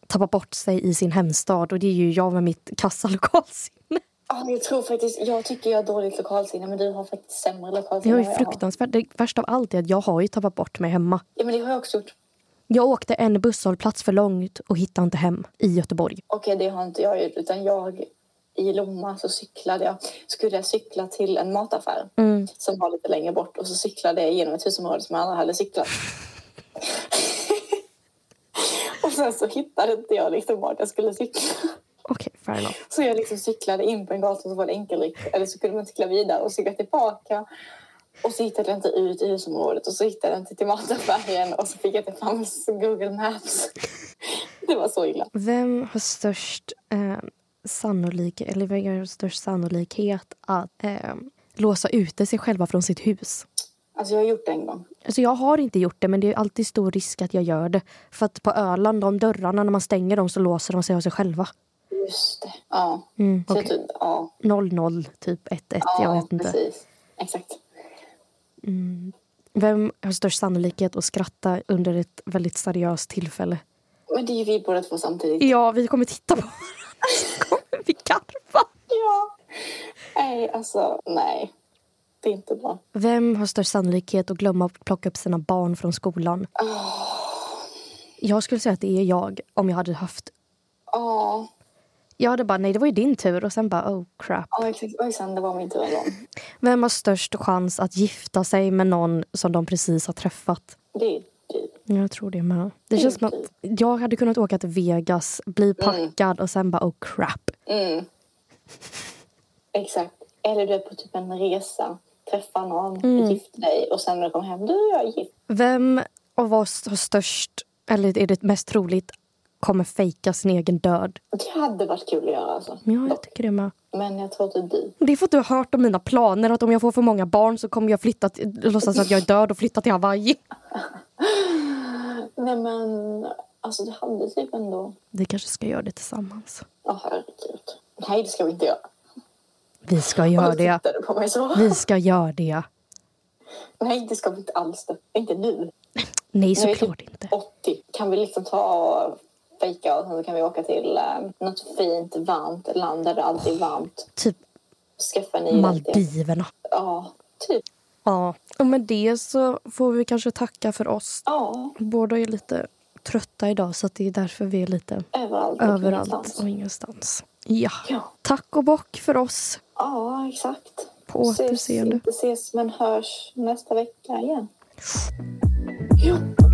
Speaker 2: tappa bort sig i sin hemstad? Och det är ju jag med mitt kassa lokalsinne.
Speaker 3: Ja, jag tror faktiskt, jag tycker jag har dåligt lokalsinne men du har faktiskt sämre
Speaker 2: Det
Speaker 3: lokalsinne
Speaker 2: var
Speaker 3: än
Speaker 2: ju
Speaker 3: vad jag har.
Speaker 2: fruktansvärt. Det värsta av allt är att jag har ju tappat bort mig hemma.
Speaker 3: Ja, men det har jag också gjort.
Speaker 2: Jag åkte en busshållplats för långt och hittade inte hem i Göteborg.
Speaker 3: Okej, det har inte jag gjort. Utan jag, I Lomma så cyklade jag. Skulle jag cykla till en mataffär som var lite längre bort och så cyklade jag genom ett husområde som jag aldrig hade *laughs* cyklat. och sen så hittade inte jag liksom vart jag skulle cykla.
Speaker 2: Okej, fair enough.
Speaker 3: Så jag liksom cyklade in på en gata och så var det enkelrikt. Eller så kunde man cykla vidare och cykla tillbaka. Och så hittade jag inte ut i husområdet och så hittade jag inte till mataffären och så fick jag inte fram Google Maps. Det var så illa.
Speaker 2: Vem har störst eh, sannolik, eller vem har störst sannolikhet att eh, låsa ute sig själva från sitt hus?
Speaker 3: Alltså jag har gjort det en gång.
Speaker 2: Alltså jag har inte gjort det, men det är alltid stor risk att jag gör det. För att på Öland, de dörrarna, när man stänger dem så låser de sig av sig själva.
Speaker 3: Just det. Ja.
Speaker 2: Mm,
Speaker 3: Så jag
Speaker 2: okej.
Speaker 3: typ, ja.
Speaker 2: 00, typ 11,
Speaker 3: ja
Speaker 2: jag vet inte.
Speaker 3: Precis. Exakt.
Speaker 2: Vem har störst sannolikhet att skratta under ett väldigt seriöst tillfälle?
Speaker 3: Men det är ju vi båda två samtidigt.
Speaker 2: Ja, vi kommer titta på varandra. Så kommer *laughs* vi karva.
Speaker 3: Ja. Nej, alltså nej. Det är inte bra.
Speaker 2: Vem har störst sannolikhet att glömma att plocka upp sina barn från skolan? Jag skulle säga att det är jag, om jag hade haft...
Speaker 3: Ja,
Speaker 2: Jag hade bara, nej det var ju din tur. Och sen bara, oh crap.
Speaker 3: ja exakt. Ojsan, det var min tur en gång.
Speaker 2: Vem har störst chans att gifta sig med någon som de precis har träffat?
Speaker 3: Det är typ- du.
Speaker 2: Jag tror det med. Det känns som att jag hade kunnat åka till Vegas, bli packad och sen bara oh crap.
Speaker 3: Mm. Exakt. Eller du är på typ en resa, träffar någon,
Speaker 2: Mm.
Speaker 3: gifter dig och sen när du kommer hem, du jag är gift.
Speaker 2: Vem av oss har störst, eller är det mest troligt, kommer fejka sin egen död?
Speaker 3: Det hade varit kul att göra alltså.
Speaker 2: Ja, jag tycker det med.
Speaker 3: Men jag tror att det är du.
Speaker 2: Det är för att du har hört om mina planer att om jag får för många barn så kommer jag flytta till, låtsas att jag är död och flytta till Hawaii.
Speaker 3: Nej men, alltså du hade typ ändå...
Speaker 2: Vi kanske ska göra det tillsammans.
Speaker 3: Ja, herregud. Nej, det ska vi inte göra.
Speaker 2: Vi ska göra
Speaker 3: Varför
Speaker 2: det. Mm.
Speaker 3: tittar du på mig så?
Speaker 2: Vi ska göra det.
Speaker 3: Nej, det ska vi inte alls. det. Inte nu.
Speaker 2: Nej,
Speaker 3: Nu är det
Speaker 2: såklart inte.
Speaker 3: 80. Kan vi liksom ta och fejka och sen så kan vi åka till eh, något fint, varmt land där det alltid är varmt.
Speaker 2: Typ
Speaker 3: Skaffa en ny identitet.
Speaker 2: Maldiverna.
Speaker 3: Ja, typ.
Speaker 2: Mm. Ja, och med det så får vi kanske tacka för oss.
Speaker 3: Ja,
Speaker 2: Båda är lite trötta idag så att det är därför vi är lite
Speaker 3: överallt.
Speaker 2: överallt
Speaker 3: Ingenstans.
Speaker 2: och ingenstans. Ja.
Speaker 3: Ja.
Speaker 2: Tack och bock för oss.
Speaker 3: Ja, exakt.
Speaker 2: På återseende.
Speaker 3: Ses, inte ses, men hörs nästa vecka igen. Ja.